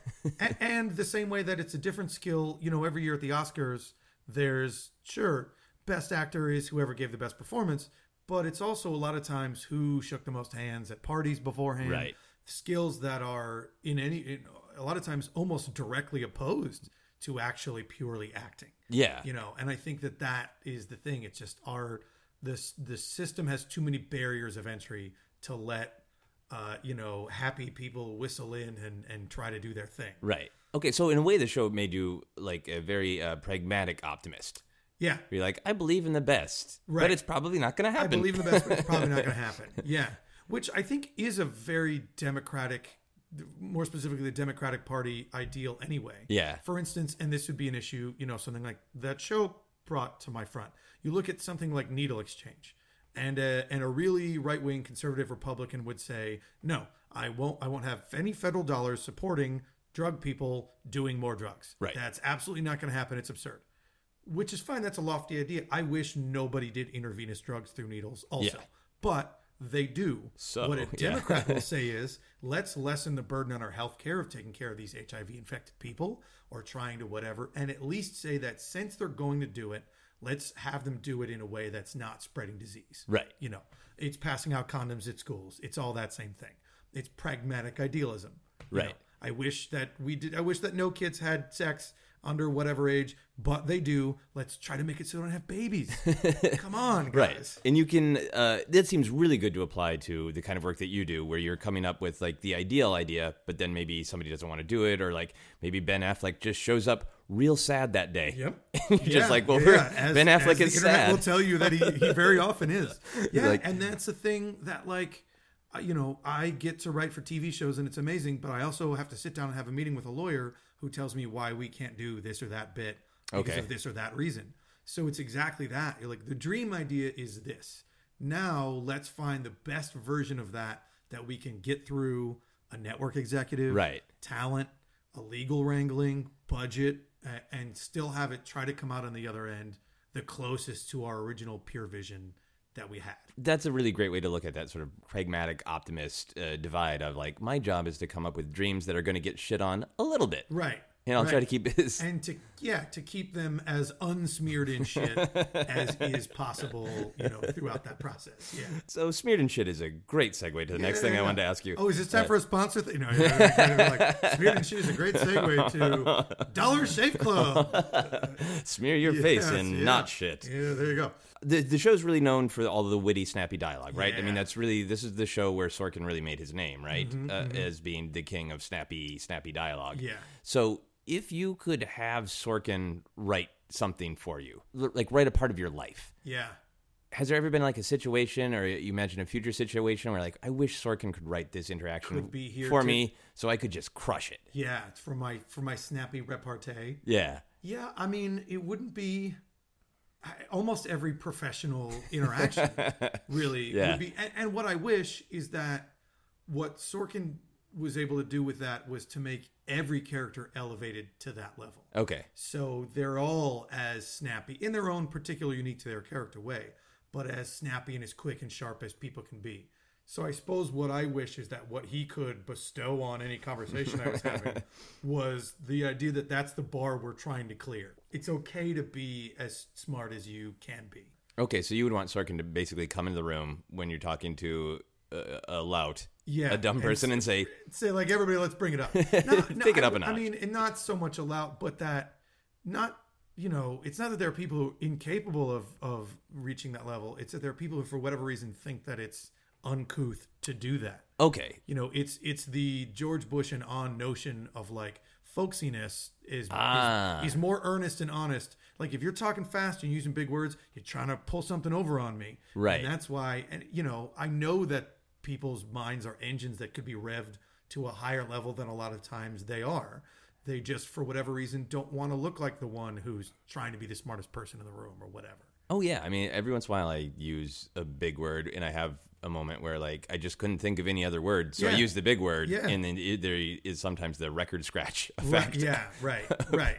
S1: and, and the same way that it's a different skill, you know, every year at the Oscars, there's sure, best actor is whoever gave the best performance, but it's also a lot of times who shook the most hands at parties beforehand.
S3: Right.
S1: Skills that are in any, in, a lot of times almost directly opposed to actually purely acting
S3: Yeah.
S1: you know and i think that that is the thing it's just our this the system has too many barriers of entry to let uh you know happy people whistle in and and try to do their thing
S3: Right. Okay. So in a way, the show made you like a very uh, pragmatic optimist.
S1: yeah
S3: You're like, I believe in the best,
S1: Right.
S3: but it's probably not going to
S1: i
S3: happen.
S1: believe in the best but it's probably not going to happen yeah which i think is a very democratic more specifically the democratic party ideal anyway
S3: Yeah.
S1: for instance and this would be an issue you know something like that show brought to my front you look at something like needle exchange and a, and a really right-wing conservative republican would say no i won't i won't have any federal dollars supporting drug people doing more drugs
S3: Right.
S1: that's absolutely not going to happen it's absurd which is fine that's a lofty idea i wish nobody did intravenous drugs through needles also
S3: Yeah.
S1: but they do
S3: So,
S1: what a
S3: yeah.
S1: democrat will say is let's lessen the burden on our health care of taking care of these hiv infected people or trying to whatever and at least say that since they're going to do it let's have them do it in a way that's not spreading disease
S3: Right.
S1: you know it's passing out condoms at schools it's all that same thing it's pragmatic idealism you
S3: Right.
S1: know. i wish that we did i wish that no kids had sex under whatever age but they do let's try to make it so they don't have babies come on guys
S3: Right. And you can, uh, that seems really good to apply to the kind of work that you do, where you're coming up with like the ideal idea, but then maybe somebody doesn't want to do it, or like maybe Ben Affleck just shows up real sad that day.
S1: Yep.
S3: You're just like, well, we're- Ben Affleck
S1: the
S3: is
S1: internet
S3: sad.
S1: will tell you that he, he very often is. Yeah,
S3: Like-
S1: and that's the thing that like, I- you know, I get to write for TV shows and it's amazing, but I also have to sit down and have a meeting with a lawyer who tells me why we can't do this or that bit because
S3: Okay.
S1: of this or that reason. So it's exactly that. You're like, the dream idea is this. Now let's find the best version of that that we can get through a network executive,
S3: Right.
S1: talent, a legal wrangling, budget, a- and still have it try to come out on the other end the closest to our original pure vision that we had.
S3: That's a really great way to look at that sort of pragmatic optimist uh, divide of like, my job is to come up with dreams that are going to get shit on a little bit.
S1: Right.
S3: And I'll
S1: right.
S3: try to keep this.
S1: and to yeah to keep them as unsmeared in shit as is possible you know throughout that process yeah
S3: So smeared and shit is a great segue to the next thing I wanted to ask you.
S1: oh is this time for a sponsor thing no you're like smeared and shit is a great segue to dollar shave club
S3: Smear your face
S1: Yes,
S3: and
S1: yeah.
S3: not shit.
S1: yeah there you go
S3: The the show's really known for all the witty, snappy dialogue, right? I mean,
S1: Yeah. Mm-hmm,
S3: that's really this is the show where Sorkin really made his name, right? uh, As being the king of snappy, snappy dialogue.
S1: Yeah.
S3: So if you could have Sorkin write something for you, l- like write a part of your life.
S1: yeah
S3: Has there ever been like a situation, or you mentioned a future situation, where like I wish Sorkin could write this interaction
S1: Could be here
S3: for
S1: too.
S3: me, so I could just crush it?
S1: yeah it's for my for my snappy repartee
S3: Yeah,
S1: Yeah, I mean, it wouldn't be I- almost every professional interaction, really.
S3: Yeah.
S1: Would be, and, and what I wish is that what Sorkin was able to do with that was to make every character elevated to that level.
S3: okay,
S1: So they're all as snappy in their own particular, unique to their character way, but as snappy and as quick and sharp as people can be. So I suppose what I wish is that what he could bestow on any conversation I was having was the idea that that's the bar we're trying to clear. It's okay to be as smart as you can be.
S3: okay. So you would want Sorkin to basically come into the room when you're talking to a, a lout,
S1: Yeah,
S3: a dumb
S1: and
S3: person,
S1: s-
S3: and say,
S1: say like everybody let's bring it up Not- no,
S3: Take it
S1: I-
S3: up a
S1: i
S3: notch.
S1: mean and not so much allowed but that not you know it's not that there are people who are incapable of of reaching that level it's that there are people who for whatever reason think that it's uncouth to do that
S3: okay,
S1: you know it's it's the george bush and on notion of like folksiness is,
S3: Ah.
S1: is is more earnest and honest like if you're talking fast and using big words you're trying to pull something over on me
S3: Right.
S1: and that's why and you know i know that people's minds are engines that could be revved to a higher level than a lot of times they are they just for whatever reason don't want to look like the one who's trying to be the smartest person in the room or whatever
S3: Oh yeah, I mean every once in a while I use a big word and I have a moment where like I just couldn't think of any other word, so I
S1: Yeah.
S3: use the big word,
S1: Yeah.
S3: and then it, there is sometimes the record scratch
S1: right
S3: effect.
S1: yeah right right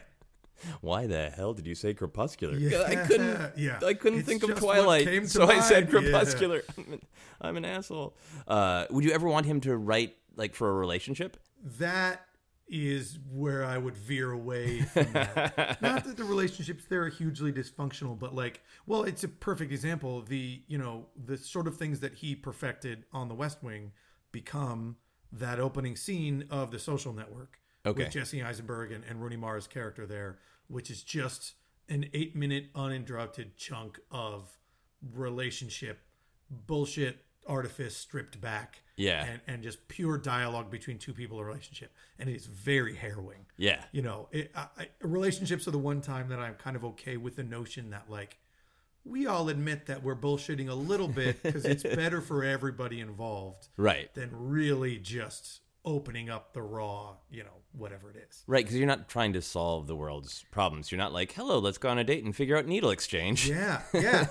S3: Why the hell did you say crepuscular?
S1: Yeah.
S3: I couldn't.
S1: Yeah.
S3: I couldn't
S1: It's
S3: think of
S1: just what
S3: Twilight,
S1: came to
S3: so I said
S1: mind. Yeah.
S3: crepuscular. I'm, an, I'm an asshole. Uh, would you ever want him to write like for a relationship?
S1: that is where I would veer away from that. Not that the relationships there are hugely dysfunctional, but like, well, it's a perfect example. The you know the sort of things that he perfected on The West Wing become that opening scene of The Social Network
S3: Okay.
S1: with Jesse Eisenberg and, and Rooney Mara's character there, which is just an eight minute uninterrupted chunk of relationship bullshit artifice stripped back
S3: Yeah.
S1: and, and just pure dialogue between two people in a relationship and it is very harrowing
S3: Yeah.
S1: you know it, I, I, relationships are the one time that i'm kind of okay with the notion that like we all admit that we're bullshitting a little bit because it's better for everybody involved
S3: Right.
S1: than really just opening up the raw you know whatever it is
S3: Right, because you're not trying to solve the world's problems. You're not like, hello, let's go on a date and figure out needle exchange.
S1: Yeah, yeah,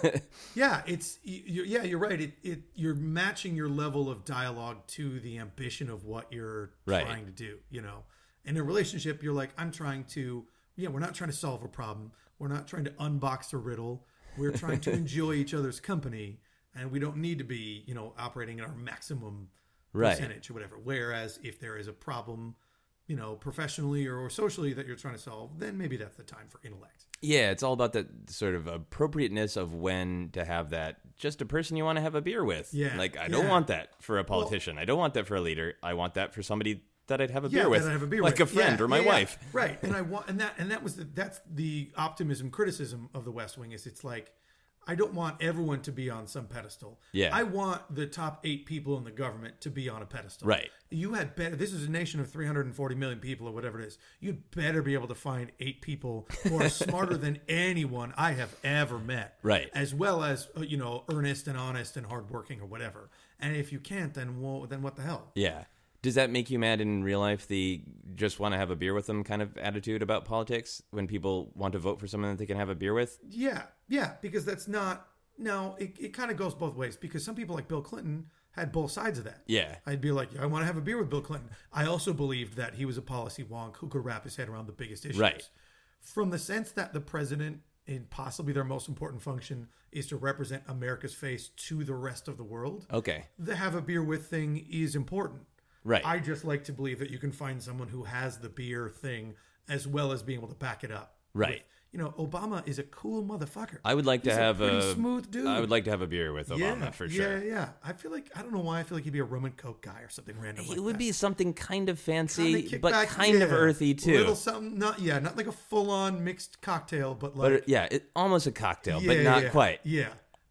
S1: yeah. It's y- you, yeah, you're right. It, it you're matching your level of dialogue to the ambition of what you're
S3: Right.
S1: trying to do. You know, in a relationship, you're like, I'm trying to. Yeah, we're not trying to solve a problem. We're not trying to unbox a riddle. We're trying to enjoy each other's company, and we don't need to be, you know, operating at our maximum
S3: Right.
S1: percentage or whatever. Whereas if there is a problem, you know, professionally or, or socially that you're trying to solve, then maybe that's the time for intellect.
S3: Yeah, it's all about that sort of appropriateness of when to have that just a person you want to have a beer with.
S1: Yeah,
S3: Like, I don't
S1: yeah.
S3: want that for a politician. I don't want that for a leader. I want that for somebody that I'd have a
S1: yeah,
S3: beer with.
S1: that I have a beer
S3: like
S1: with.
S3: a friend
S1: Yeah,
S3: or my
S1: yeah, yeah.
S3: wife.
S1: Right. And I want and that and that was the, that's the optimism criticism of the West Wing is it's like I don't want everyone to be on some pedestal.
S3: Yeah.
S1: I want the top eight people in the government to be on a pedestal.
S3: Right.
S1: You had better this is a nation of 340 million people or whatever it is. You'd better be able to find eight people who are smarter than anyone I have ever met.
S3: Right.
S1: As well as uh, you know, earnest and honest and hardworking or whatever. And if you can't, then well, then what the hell?
S3: Yeah. Does that make you mad in real life, the just want to have a beer with them kind of attitude about politics when people want to vote for someone that they can have a beer with?
S1: Yeah, yeah, because that's not. No, it, it kind of goes both ways because some people like Bill Clinton had both sides of that.
S3: Yeah.
S1: I'd be like, I want to have a beer with Bill Clinton. I also believed that he was a policy wonk who could wrap his head around the biggest issues.
S3: Right.
S1: From the sense that the president, in possibly their most important function, is to represent America's face to the rest of the world,
S3: Okay.
S1: the have a beer with thing is important.
S3: Right.
S1: I just like to believe that you can find someone who has the beer thing as well as being able to back it up.
S3: Right.
S1: With- you know, Obama is a cool motherfucker.
S3: I would like to
S1: He's
S3: have
S1: a, pretty
S3: a
S1: smooth dude.
S3: I would like to have a beer with
S1: yeah,
S3: Obama for sure.
S1: Yeah, yeah. I feel like I don't know why I feel like he'd be a rum and coke guy or something random. like
S3: It would
S1: that.
S3: be something kind of
S1: Kinda
S3: fancy,
S1: kick
S3: but
S1: back,
S3: kind of
S1: yeah.
S3: earthy too.
S1: Little something, not yeah, not like a full on mixed cocktail, but like
S3: But it- yeah, it, almost a cocktail,
S1: yeah,
S3: but not
S1: yeah,
S3: quite.
S1: Yeah,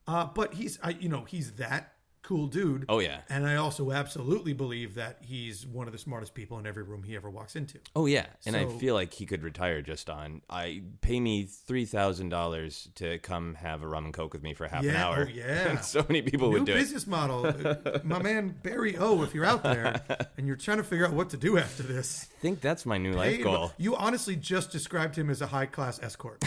S1: uh, but he's I, you know he's that cool dude.
S3: Oh yeah.
S1: And I also absolutely believe that he's one of the smartest people in every room he ever walks into.
S3: Oh yeah. And I
S1: So-
S3: feel like he could retire just on I pay me three thousand dollars to come have a rum and coke with me for half an
S1: Yeah,
S3: hour.
S1: oh, yeah.
S3: And so many people
S1: New
S3: would do it.
S1: business model. Uh, My man Barry O, if you're out there and you're trying to figure out what to do after this,
S3: I think that's my new
S1: Hey,
S3: life goal.
S1: You honestly just described him as a high class escort.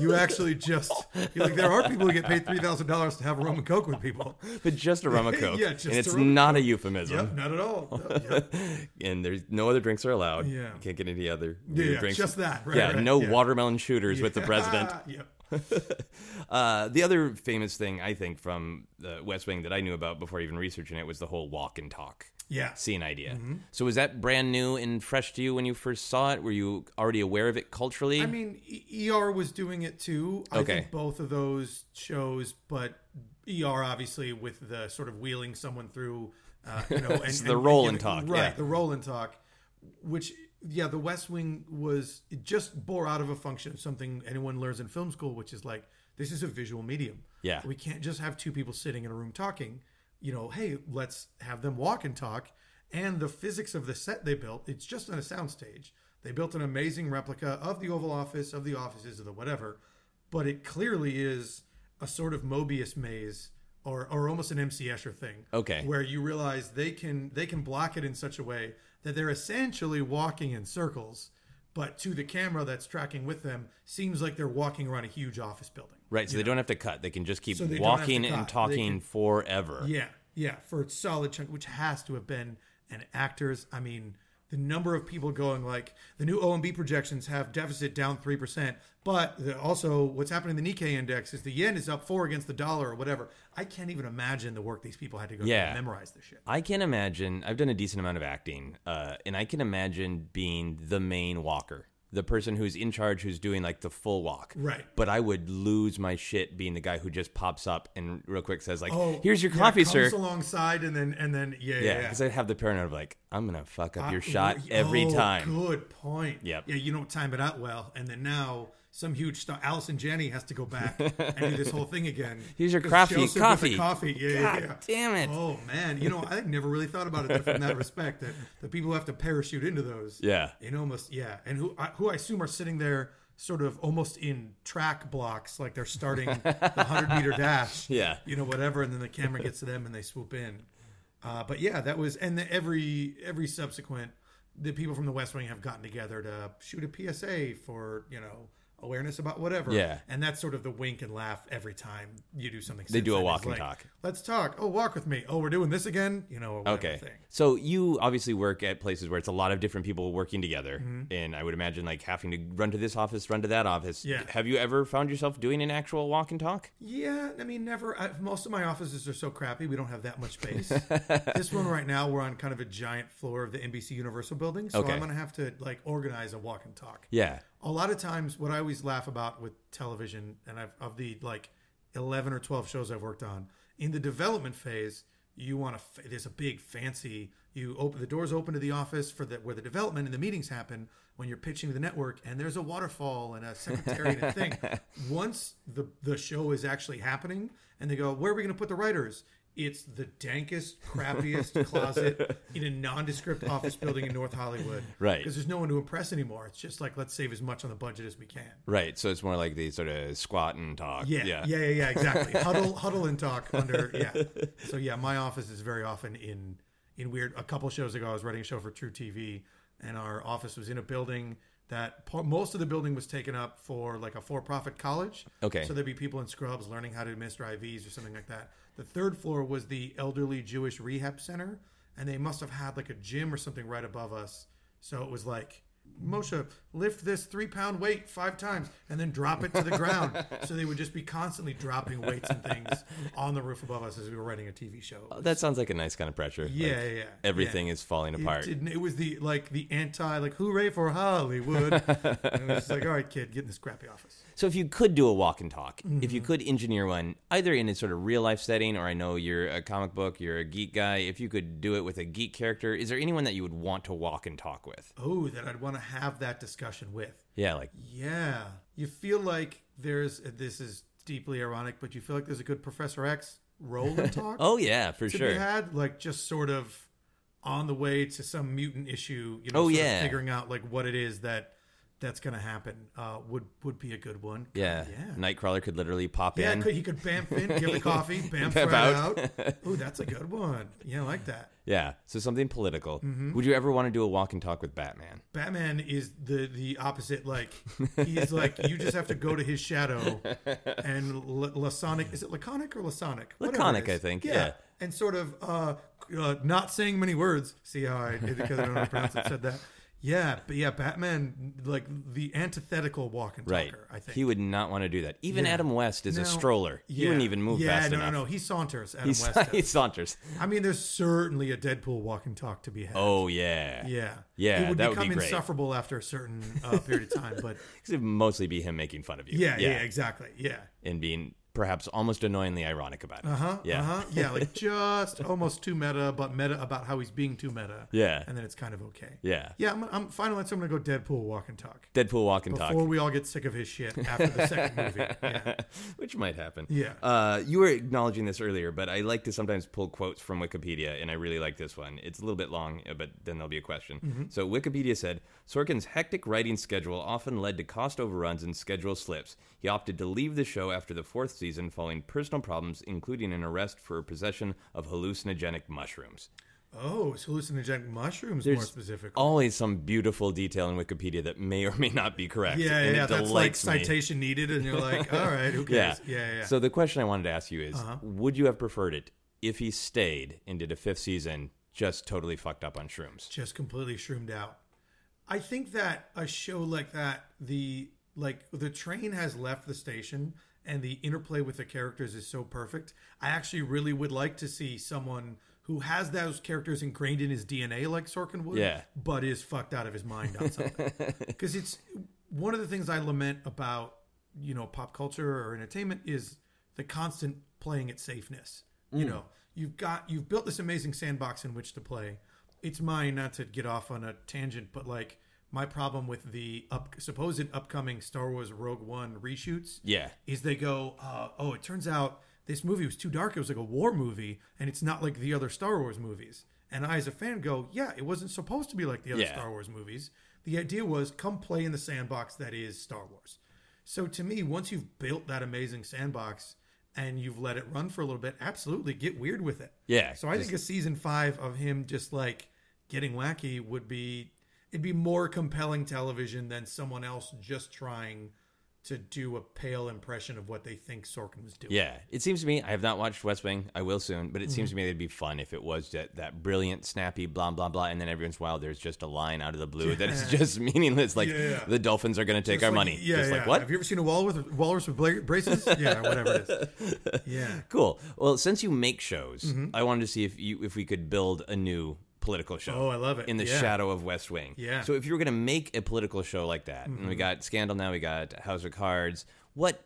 S1: you actually just you're like there are people who get paid three thousand dollars to have rum and coke with people.
S3: But just a rum and coke.
S1: Yeah, just
S3: and
S1: a
S3: it's
S1: rum and
S3: not a euphemism.
S1: Yep, not at all. Yep.
S3: And there's no other drinks are allowed.
S1: Yeah.
S3: You can't get any other
S1: Yeah,
S3: weird drinks.
S1: just that. Right,
S3: yeah,
S1: right,
S3: no
S1: yeah.
S3: watermelon shooters with the president.
S1: yep.
S3: Uh, the other famous thing I think from the West Wing that I knew about before even researching it was the whole walk and talk
S1: Yeah.
S3: scene idea.
S1: Mm-hmm.
S3: So was that brand new and fresh to you when you first saw it? Were you already aware of it culturally?
S1: I mean, E- ER was doing it too. I
S3: Okay.
S1: think both of those shows, but ER obviously with the sort of wheeling someone through, uh, you know, and,
S3: It's
S1: and-
S3: the
S1: and
S3: roll and
S1: giving-
S3: talk,
S1: right?
S3: yeah.
S1: The roll and talk, which yeah, The West Wing was it just bore out of a function of something anyone learns in film school, which is like this is a visual medium.
S3: Yeah.
S1: we can't just have two people sitting in a room talking. You know, hey, let's have them walk and talk. And the physics of the set they built, it's just on a soundstage. They built an amazing replica of the Oval Office, of the offices, of the whatever. But it clearly is a sort of Mobius maze or, or almost an MC Escher thing.
S3: Okay.
S1: Where you realize they can they can block it in such a way that they're essentially walking in circles, but to the camera that's tracking with them seems like they're walking around a huge office building.
S3: right, so they don't have to cut. They can just keep
S1: So they don't have to
S3: walking and
S1: cut. They
S3: talking
S1: can-
S3: forever.
S1: Yeah, yeah, for a solid chunk, which has to have been an actor's. I mean, the number of people going like the new OMB projections have deficit down three percent, but the, also what's happening in the Nikkei index is the yen is up four against the dollar or whatever. I can't even imagine the work these people had to go
S3: Yeah.
S1: through to memorize this shit.
S3: I can imagine. I've done a decent amount of acting, uh, and I can imagine being the main walker, the person who's in charge, who's doing like the full walk.
S1: Right.
S3: But I would lose my shit being the guy who just pops up and real quick says like,
S1: Oh,
S3: "Here's your
S1: yeah,
S3: coffee,
S1: comes
S3: sir."
S1: Alongside and then and then yeah yeah.
S3: yeah,
S1: yeah.
S3: because I'd have the paranoia of like, "I'm gonna fuck up your
S1: Uh,
S3: shot
S1: re-
S3: every
S1: oh,
S3: time."
S1: Good point.
S3: Yep.
S1: Yeah, you don't time it out well, and then now some huge star, Allison Janney has to go back and do this whole thing again.
S3: Here's your
S1: 'Cause
S3: coffee,
S1: Joseph with the
S3: coffee.
S1: coffee. Yeah, yeah,
S3: God
S1: yeah.
S3: damn it.
S1: Oh man, you know I never really thought about it from that respect that the people who have to parachute into those.
S3: Yeah.
S1: In almost yeah, and who I, who I assume are sitting there. Sort of almost in track blocks, like they're starting the hundred meter dash.
S3: Yeah.
S1: you know whatever, and then the camera gets to them and they swoop in. Uh, but yeah, that was, and the, every every subsequent, the people from the West Wing have gotten together to shoot a PSA for you know awareness about whatever.
S3: Yeah.
S1: and that's sort of the wink and laugh every time you do something.
S3: They do a
S1: sensitive.
S3: walk
S1: It's
S3: and talk.
S1: Let's talk. Oh, walk with me. Oh, we're doing this again. You know. Or whatever
S3: Okay.
S1: Thing.
S3: So you obviously work at places where it's a lot of different people working together,
S1: Mm-hmm.
S3: and I would imagine like having to run to this office, run to that office.
S1: Yeah.
S3: Have you ever found yourself doing an actual walk and talk?
S1: Yeah, I mean, never. I, most of my offices are so crappy. We don't have that much space. this one right now, we're on kind of a giant floor of the NBC Universal building, so
S3: Okay.
S1: I'm gonna have to like organize a walk and talk.
S3: Yeah.
S1: a lot of times what i always laugh about with television and i've of the like 11 or 12 shows i've worked on in the development phase you want to there's a big fancy you open the doors open to the office for the where the development and the meetings happen when you're pitching to the network and there's a waterfall and a secretary and a thing once the the show is actually happening and they go where are we going to put the writers it's the dankest crappiest closet in a nondescript office building in north hollywood
S3: Right.
S1: because there's no one to impress anymore. It's just like let's save as much on the budget as we can.
S3: Right. So it's more like they sort of squat and talk.
S1: Yeah, yeah, yeah, yeah, exactly. huddle, huddle, and talk under. Yeah. So yeah, my office is very often in in weird. A couple shows ago, I was writing a show for True TV, and our office was in a building that par- most of the building was taken up for like a for-profit college.
S3: Okay.
S1: So there'd be people in scrubs learning how to administer IVs or something like that. The third floor was the elderly Jewish rehab center, and they must have had like a gym or something right above us. So it was like, Moshe, lift this three pound weight five times and then drop it to the ground. So they would just be constantly dropping weights and things on the roof above us as we were writing a TV show.
S3: That sounds like a nice kind of pressure.
S1: Yeah,
S3: Like,
S1: yeah, yeah.
S3: Everything
S1: Yeah.
S3: is falling
S1: It,
S3: apart.
S1: didn't, it was the like the anti like hooray for Hollywood. and it was just like, all right, kid, get in this crappy office.
S3: So if you could do a walk and talk, if you
S1: Mm-hmm.
S3: could engineer one, either in a sort of real life setting, or I know you're a comic book, you're a geek guy. If you could do it with a geek character, is there anyone that you would want to walk and talk with?
S1: Oh, that I'd want to have that discussion with.
S3: Yeah, like
S1: Yeah. You feel like there's uh, this is deeply ironic, but you feel like there's a good Professor X roll and talk
S3: oh yeah, for
S1: to
S3: sure.
S1: be had, like just sort of on the way to some mutant issue, you know,
S3: Oh,
S1: sort of
S3: yeah.
S1: figuring out like what it is that that's going to happen uh, would would be a good one.
S3: yeah.
S1: Yeah.
S3: Nightcrawler could literally pop
S1: Yeah,
S3: in.
S1: could, he could bamf in, give the coffee, bamf
S3: Bamf
S1: right
S3: out.
S1: out. Ooh, that's a good one. Yeah, I like that.
S3: yeah. So something political.
S1: Mm-hmm.
S3: Would you ever want to do a walk and talk with Batman?
S1: Batman is the the opposite. Like he's like you just have to go to his shadow and l- laconic. Is it laconic or laconic? Whatever it
S3: Laconic,
S1: is.
S3: I think, yeah.
S1: and sort of uh, uh, not saying many words. See how I did because I don't know how to pronounce it. Said that. Yeah, but yeah, Batman like the antithetical walk and talker.
S3: Right.
S1: I think
S3: He would not want to do that. Even
S1: Yeah.
S3: Adam West is a
S1: No.
S3: stroller. He wouldn't
S1: Yeah.
S3: even move
S1: yeah,
S3: fast
S1: no,
S3: enough.
S1: no, no. He saunters. Adam
S3: He's-
S1: West. does.
S3: he saunters.
S1: I mean, there's certainly a Deadpool walk and talk to be had.
S3: Oh yeah.
S1: Yeah,
S3: Yeah,
S1: It would
S3: that would be
S1: become
S3: great.
S1: insufferable after a certain uh, period of time, but
S3: 'Cause it'd mostly be him making fun of you.
S1: Yeah, yeah, exactly. Yeah.
S3: And being perhaps almost annoyingly ironic about it.
S1: Uh huh.
S3: Yeah.
S1: Yeah. Uh-huh. Yeah. Like just almost too meta, but meta about how he's being too meta.
S3: Yeah.
S1: And then it's kind of okay.
S3: Yeah.
S1: Yeah. I'm, I'm final answer. I'm gonna go Deadpool walk and talk
S3: Deadpool walk and
S1: before
S3: talk,
S1: we all get sick of his shit after the second movie. Yeah.
S3: which might happen.
S1: Yeah.
S3: Uh, you were acknowledging this earlier, but I like to sometimes pull quotes from Wikipedia, and I really like this one. It's a little bit long, uh, but then there'll be a question.
S1: Mm-hmm.
S3: So Wikipedia said Sorkin's hectic writing schedule often led to cost overruns and schedule slips. He opted to leave the show after the fourth season, following personal problems, including an arrest for possession of hallucinogenic mushrooms.
S1: Oh, it's hallucinogenic mushrooms more specifically.
S3: Always some beautiful detail in Wikipedia that may or may not be correct.
S1: yeah,
S3: and
S1: yeah,
S3: it
S1: that's like
S3: delights me.
S1: citation needed, and you're like, all right, who
S3: Yeah.
S1: cares? Yeah, yeah. Uh-huh. yeah.
S3: So the question I wanted to ask you is, would you have preferred it if he stayed and did a fifth season just totally fucked up on shrooms.
S1: just completely shroomed out. I think that a show like that, the like the train has left the station and the interplay with the characters is so perfect. I actually really would like to see someone who has those characters ingrained in his DNA like Sorkin would,
S3: Yeah.
S1: but is fucked out of his mind on something. Because it's one of the things I lament about, you know, pop culture or entertainment is the constant playing at safeness. You know, you've got you've built this amazing sandbox in which to play. It's mine not to get off on a tangent, but like my problem with the up, supposed upcoming Star Wars Rogue One reshoots
S3: Yeah.
S1: is they go, uh, oh, it turns out this movie was too dark. It was like a war movie, and it's not like the other Star Wars movies. And I, as a fan, go, yeah, it wasn't supposed to be like the other
S3: Yeah.
S1: Star Wars movies. The idea was come play in the sandbox that is Star Wars. So to me, once you've built that amazing sandbox and you've let it run for a little bit, absolutely get weird with it.
S3: Yeah,
S1: So I
S3: just-
S1: think a season five of him just like getting wacky would be it'd be more compelling television than someone else just trying to do a pale impression of what they think Sorkin was doing.
S3: Yeah, it seems to me I have not watched West Wing. I will soon, but it
S1: Mm-hmm.
S3: seems to me it'd be fun if it was that that brilliant, snappy, blah blah blah, and then every once in a while there's just a line out of the blue that is just meaningless. Like
S1: Yeah.
S3: the dolphins are going to take
S1: Just
S3: our
S1: like-
S3: money.
S1: Yeah,
S3: just
S1: yeah.
S3: like what?
S1: Have you ever seen a wall with walrus with bla- braces? yeah, whatever it is. Yeah.
S3: Cool. Well, since you make shows,
S1: Mm-hmm.
S3: I wanted to see if you if we could build a new political show.
S1: Oh, I love it.
S3: In the
S1: Yeah.
S3: shadow of West Wing.
S1: Yeah. Mm-hmm.
S3: So if you were going to make a political show like that, and we got Scandal now, we got House of Cards. What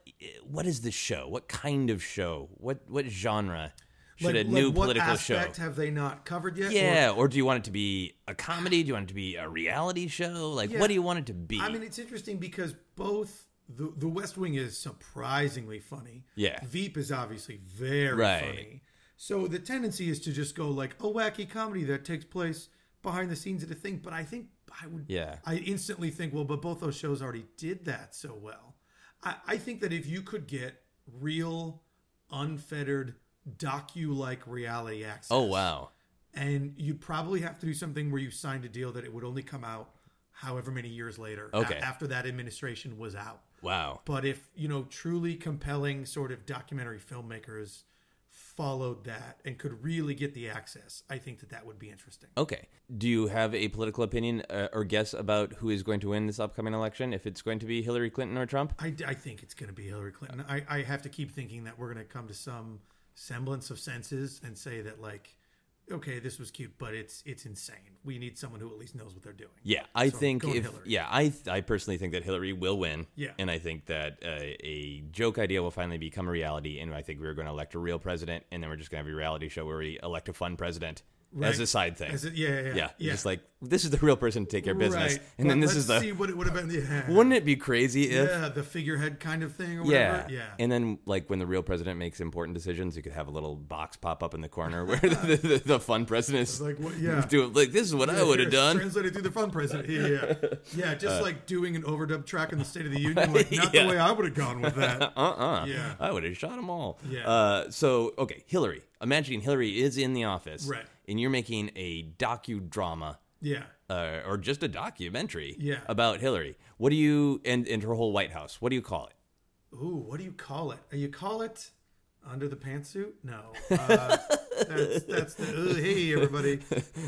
S3: what is this show? What kind of show? What what genre should a new
S1: what
S3: political show?
S1: aspect have they not covered yet? Or-
S3: Yeah, or do you want it to be a comedy? Do you want it to be a reality show? Like,
S1: Yeah.
S3: what do you want it to be?
S1: I mean, it's interesting because both the the West Wing is surprisingly funny.
S3: Yeah.
S1: Veep is obviously very
S3: Right.
S1: funny. So the tendency is to just go like a wacky comedy that takes place behind the scenes of the thing. But I think I would.
S3: Yeah.
S1: I instantly think well, but both those shows already did that so well. I, I think that if you could get real, unfettered docu like reality access
S3: oh wow,
S1: and you'd probably have to do something where you signed a deal that it would only come out however many years later a-
S3: Okay.
S1: after that administration was out
S3: wow,
S1: but if you know truly compelling sort of documentary filmmakers followed that and could really get the access i think that that would be interesting
S3: okay. Do you have a political opinion uh, or guess about who is going to win this upcoming election? If it's going to be Hillary Clinton or Trump?
S1: I, I think it's going to be Hillary Clinton. I, I have to keep thinking that we're going to come to some semblance of senses and say that like, okay, this was cute, but it's it's insane. We need someone who at least knows what they're doing.
S3: Yeah, I
S1: So,
S3: think
S1: go
S3: if
S1: Hillary.
S3: yeah, I I personally think that Hillary will win.
S1: Yeah.
S3: and I think that uh, a joke idea will finally become a reality, and I think we're going to elect a real president, and then we're just going to have a reality show where we elect a fun president as
S1: Right.
S3: a side thing.
S1: As a- yeah, yeah, yeah,
S3: yeah,
S1: yeah.
S3: Just like this is the real person to take care of business,
S1: Right.
S3: and then
S1: But
S3: this
S1: let's
S3: is the
S1: see what it would have been. Yeah.
S3: Wouldn't it be crazy if?
S1: yeah, the figurehead kind of thing or
S3: Yeah.
S1: whatever. Yeah.
S3: And then, like, when the real president makes important decisions, you could have a little box pop up in the corner where the, the, the fun president is
S1: like, what- yeah.
S3: doing, like, this is what I
S1: Yeah,
S3: would have
S1: here,
S3: done. Uh,
S1: Translated through the fun president. Yeah, yeah, yeah. Yeah, just like doing an overdub track in the State of the Union. Like, not
S3: Yeah.
S1: the way I would have gone with that.
S3: Uh uh
S1: Yeah.
S3: I would have shot them all.
S1: Yeah.
S3: Uh, so, okay, Hillary. Imagining Hillary is in the office.
S1: Right.
S3: And you're making a docudrama.
S1: Yeah.
S3: Uh, or just a documentary
S1: Yeah.
S3: about Hillary. What do you and, and her whole White House? What do you call it?
S1: Ooh, what do you call it? Uh, You call it under the pantsuit? No. Uh, that's, that's the. ooh, hey, everybody.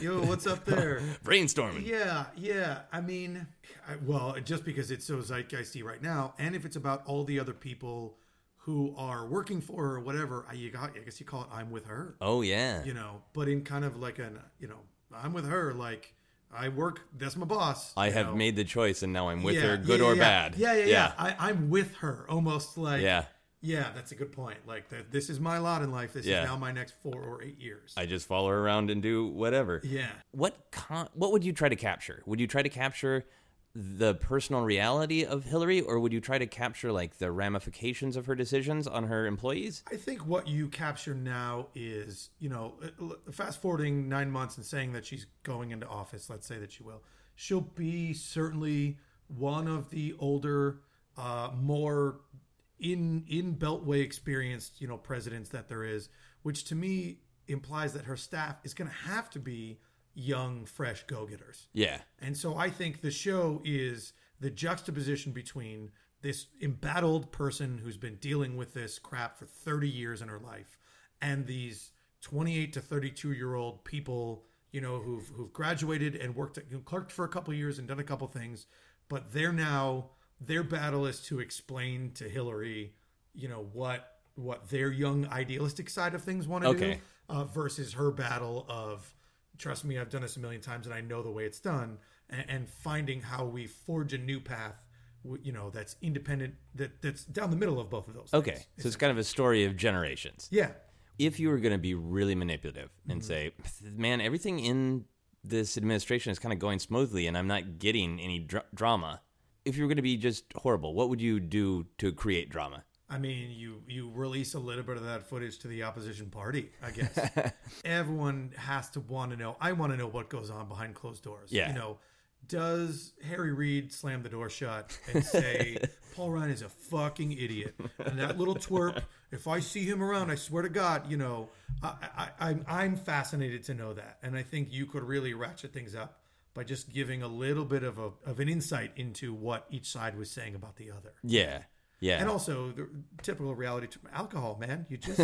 S1: Yo, what's up there?
S3: Brainstorming.
S1: Yeah, yeah. I mean, I, well, just because it's so zeitgeisty right now, and if it's about all the other people who are working for her or whatever, I, you got, I guess you call it "I'm with her,"
S3: Oh yeah.
S1: you know. But in kind of like an, you know, I'm with her. Like I work. That's my boss.
S3: I
S1: you
S3: have
S1: know.
S3: made the choice, and now I'm with
S1: Yeah,
S3: her, good
S1: yeah,
S3: or
S1: yeah.
S3: bad.
S1: Yeah, yeah, yeah. I, I'm with her, almost like.
S3: Yeah.
S1: Yeah, that's a good point. Like that, this is my lot in life. This
S3: Yeah.
S1: is now my next four or eight years.
S3: I just follow her around and do whatever.
S1: yeah.
S3: What con- what would you try to capture? Would you try to capture the personal reality of Hillary, or would you try to capture like the ramifications of her decisions on her employees?
S1: I think what you capture now is, you know, uh, fast forwarding nine months and saying that she's going into office, let's say that she will, she'll be certainly one of the older, uh, more in in beltway experienced, you know, presidents that there is, which to me implies that her staff is going to have to be young, fresh go-getters.
S3: Yeah,
S1: And so I think the show is the juxtaposition between this embattled person who's been dealing with this crap for 30 years in her life and these 28 to 32 year old people, you know, who've who've graduated and worked at, you know, clerked for a couple years and done a couple things, but they're now their battle is to explain to Hillary, you know, what what their young idealistic side of things want to do
S3: Okay.
S1: uh, versus her battle of trust me, I've done this a million times and I know the way it's done, and, and finding how we forge a new path, w- you know, that's independent that that's down the middle of both of those.
S3: Okay,
S1: things.
S3: so it's kind of a story of generations.
S1: Yeah.
S3: If you were going to be really manipulative and say, "Man, everything in this administration is kind of going smoothly, and I'm not getting any dra- drama," if you were going to be just horrible, what would you do to create drama?
S1: I mean, you you release a little bit of that footage to the opposition party, I guess. Everyone has to want to know. I want to know what goes on behind closed doors.
S3: Yeah.
S1: You know, does Harry Reid slam the door shut and say Paul Ryan is a fucking idiot and that little twerp? If I see him around, I swear to God, you know, I, I, I'm I'm fascinated to know that, and I think you could really ratchet things up by just giving a little bit of a of an insight into what each side was saying about the other.
S3: Yeah, yeah.
S1: And also the typical reality t- alcohol, man. You just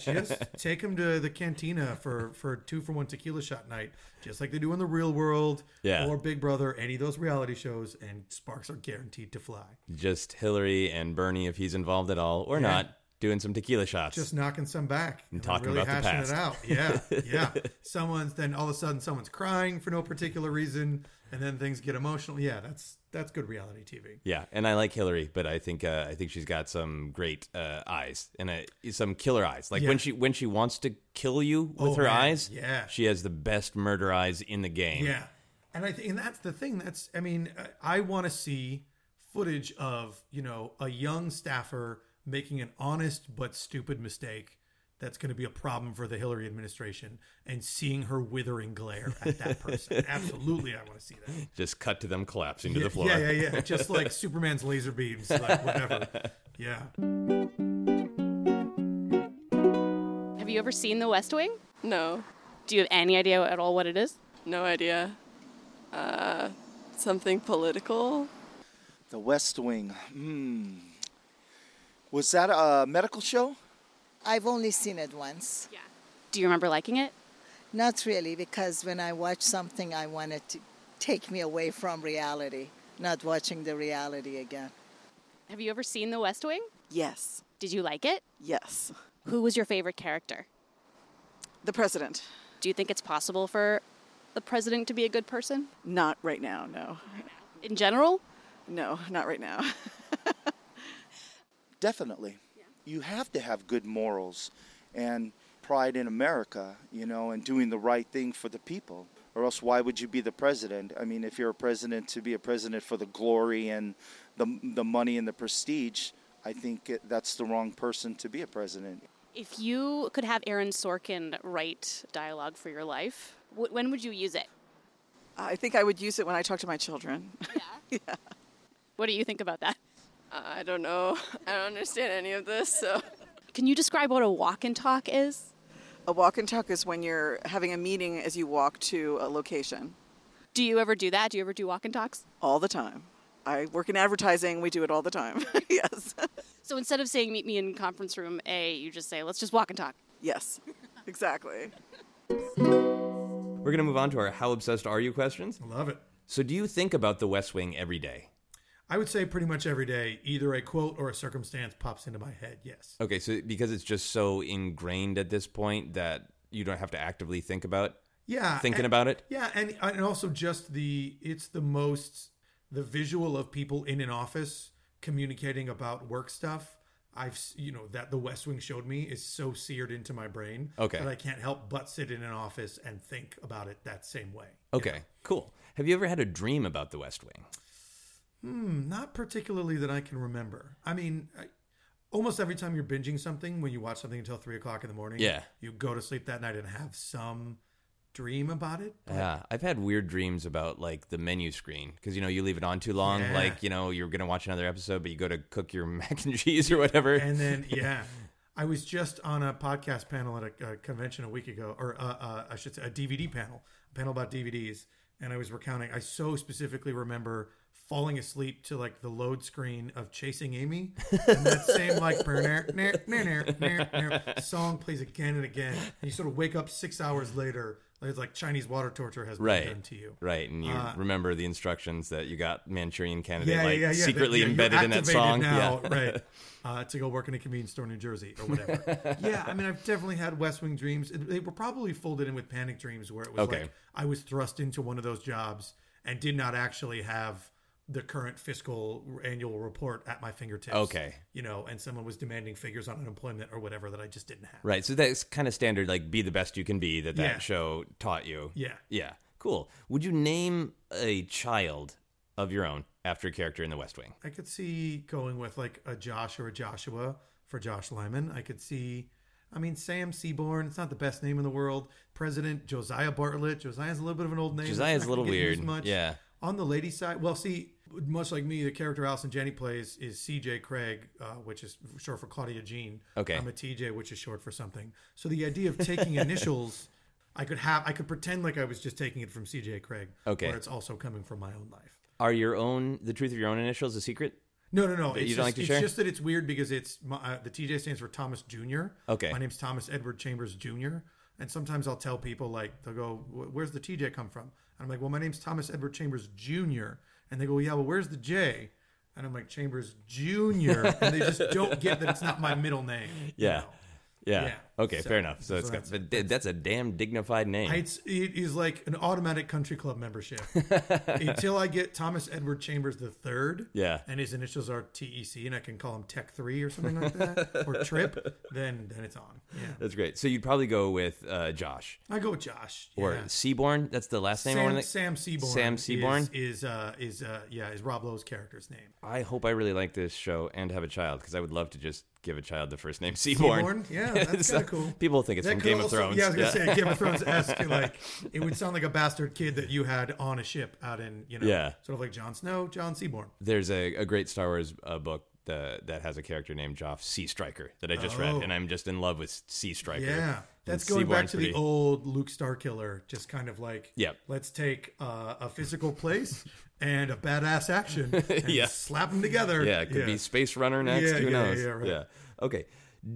S1: just take them to the cantina for for two for one tequila shot night, just like they do in the real world
S3: Yeah.
S1: or Big Brother, any of those reality shows, and sparks are guaranteed to fly.
S3: just Hillary and Bernie, if he's involved at all or not, doing some tequila shots.
S1: Just knocking some back and,
S3: talking
S1: really
S3: about the
S1: hashing it out. Yeah, yeah. Someone's then all of a sudden someone's crying for no particular reason, and then things get emotional. Yeah, that's that's good reality TV.
S3: yeah, and I like Hillary, but I think uh, I think she's got some great uh, eyes and uh some killer eyes. Like
S1: Yeah.
S3: when she when she wants to kill you with
S1: Oh,
S3: her
S1: man,
S3: eyes,
S1: yeah.
S3: she has the best murder eyes in the game.
S1: Yeah, and I think and that's the thing. That's I mean, I, I want to see footage of you know a young staffer making an honest but stupid mistake that's going to be a problem for the Hillary administration, and seeing her withering glare at that person. Absolutely, I want to see that.
S3: Just cut to them collapsing to
S1: Yeah,
S3: the floor.
S1: yeah, yeah, yeah. Just like Superman's laser beams, like whatever. Yeah.
S4: Have you ever seen The West Wing?
S5: No,
S4: Do you have any idea at all what it is?
S5: no idea. Uh, something political?
S6: The West Wing. Hmm. Was that a medical show?
S7: I've only seen it once.
S4: Yeah. Do you remember liking it?
S7: Not really, because when I watch something, I want it to take me away from reality, not watching the reality again.
S4: Have you ever seen The West Wing?
S5: Yes,
S4: Did you like it?
S5: yes.
S4: Who was your favorite character?
S5: The president.
S4: Do you think it's possible for the president to be a good person?
S5: Not right now, no.
S4: In general?
S5: No, not right now.
S6: Definitely. You have to have good morals and pride in America, you know, and doing the right thing for the people. Or else, why would you be the president? I mean, if you're a president to be a president for the glory and the, the money and the prestige, I think it- that's the wrong person to be a president.
S4: If you could have Aaron Sorkin write dialogue for your life, wh- when would you use it?
S5: I think I would use it when I talk to my children.
S4: What do you think about that?
S5: Uh, I don't know. I don't understand any of this, so.
S4: Can you describe what a walk and talk is?
S5: A walk and talk is when you're having a meeting as you walk to a location
S4: Do you ever do that? Do you ever do walk and talks?
S5: all the time. I work in advertising, we do it all the time. yes.
S4: So instead of saying meet me in conference room A, you just say let's just walk and talk.
S5: Yes, exactly.
S3: We're gonna move on to our how obsessed are you questions.
S1: I love it.
S3: So do you think about the West Wing every day?
S1: I would say pretty much every day, either a quote or a circumstance pops into my head. Yes.
S3: Okay, so because it's just so ingrained at this point that you don't have to actively think about
S1: Yeah.
S3: thinking
S1: and-
S3: about it.
S1: Yeah, and and also just the it's the most the visual of people in an office communicating about work stuff. I've s- you know that the West Wing showed me is so seared into my brain
S3: Okay.
S1: that I can't help but sit in an office and think about it that same way.
S3: Okay, cool. Have you ever had a dream about the West Wing?
S1: Hmm, Not particularly that I can remember. I mean, I, almost every time you're binging something, when you watch something until three o'clock in the morning,
S3: Yeah.
S1: you go to sleep that night and have some dream about it.
S3: Yeah, I've had weird dreams about like the menu screen because you know you leave it on too long.
S1: Yeah.
S3: Like you know you're gonna watch another episode, but you go to cook your mac and cheese or whatever.
S1: and then yeah i was just on a podcast panel at a, a convention a week ago or uh, uh, i should say a dvd panel a panel about dvds and i was recounting i so specifically remember falling asleep to like the load screen of Chasing Amy, and that same like burner song plays again and again, and you sort of wake up six hours later. Like it's like Chinese water torture has been
S3: Right.
S1: done to you.
S3: Right. And you
S1: Uh,
S3: remember the instructions that you got Manchurian Candidate like
S1: that-
S3: secretly
S1: yeah, you're
S3: embedded in that
S1: activated
S3: song.
S1: now,
S3: yeah.
S1: right? Uh, to go work in a convenience store in New Jersey or whatever. yeah, I mean, I've definitely had West Wing dreams. It- They were probably folded in with panic dreams, where it was
S3: Okay.
S1: like I was thrust into one of those jobs and did not actually have the current fiscal annual report at my fingertips.
S3: Okay.
S1: you know, and someone was demanding figures on unemployment or whatever that I just didn't have.
S3: Right. So that's kind of standard, like be the best you can be that that
S1: Yeah.
S3: show taught you.
S1: Yeah.
S3: Yeah. Cool. Would you name a child of your own after a character in The West Wing?
S1: I could see going with like a Josh or a Joshua for Josh Lyman. I could see, I mean, Sam Seaborn. It's not the best name in the world. President Josiah Bartlett. Josiah's a little bit of an old name.
S3: Josiah's
S1: It's
S3: a
S1: not
S3: little
S1: gonna get
S3: weird.
S1: used Much.
S3: Yeah.
S1: On the lady side, well, see, much like me, the character Allison Janney plays is C.J. Craig, uh, which is short for Claudia Jean.
S3: Okay.
S1: I'm a T.J., which is short for something. So the idea of taking initials. I could have I could pretend like I was just taking it from C.J. Craig,
S3: Okay.
S1: where it's also coming from my own life.
S3: Are your own the truth of your own initials a secret?
S1: No, no, no.
S3: That
S1: it's
S3: you
S1: just,
S3: don't like to
S1: it's
S3: share?
S1: just that it's weird because it's my, uh, the TJ stands for Thomas Jr.
S3: Okay.
S1: My name's Thomas Edward Chambers Jr. And sometimes I'll tell people like they'll go, "Wh- "Where's the TJ come from?" And I'm like, "Well, my name's Thomas Edward Chambers Jr." And they go, "Yeah, well, where's the J?" And I'm like, "Chambers Jr." and they just don't get that it's not my middle name. you
S3: Yeah.
S1: know?
S3: Yeah.
S1: Yeah.
S3: Okay,
S1: So-
S3: fair enough. So
S1: so
S3: it's got
S1: that's-
S3: but th- that's a damn dignified name.
S1: It's it is like an automatic country club membership until I get Thomas Edward Chambers the third.
S3: Yeah.
S1: and his initials are TEC, and I can call him Tech Three or something like that, or Trip. Then then it's on. Yeah,
S3: That's great. So you'd probably go with uh, Josh
S1: I go with Josh
S3: or
S1: yeah.
S3: Seaborn. That's the last name. or
S1: Sam,
S3: anything?
S1: Sam Seaborn.
S3: Sam
S1: is-
S3: Seaborn?
S1: is uh, is uh, yeah is Rob Lowe's character's name.
S3: I hope I really like this show and have a child because I would love to just give a child the first name
S1: Seaborn?
S3: Seaborn.
S1: Yeah, that's
S3: So
S1: kinda cool.
S3: People think it's
S1: That
S3: from
S1: could
S3: Game
S1: also-
S3: of Thrones.
S1: Yeah, I was gonna say Game of Thrones esque. Like it would sound like a bastard kid that you had on a ship out in you know
S3: Yeah.
S1: sort of like Jon Snow, John Seaborn.
S3: There's a, a great Star Wars uh, book that, that has a character named Joff Sea Striker that I just read,
S1: Oh.
S3: and I'm just in love with Sea Striker.
S1: Yeah,
S3: And
S1: that's going back
S3: Seaborn's
S1: to
S3: pretty-
S1: the old Luke Starkiller, just kind of like,
S3: Yep.
S1: let's take uh, a physical place and a badass action and
S3: Yeah.
S1: slap them together.
S3: Yeah, it could be Space Runner next.
S1: Yeah,
S3: Who
S1: yeah,
S3: knows?
S1: yeah, right.
S3: Okay.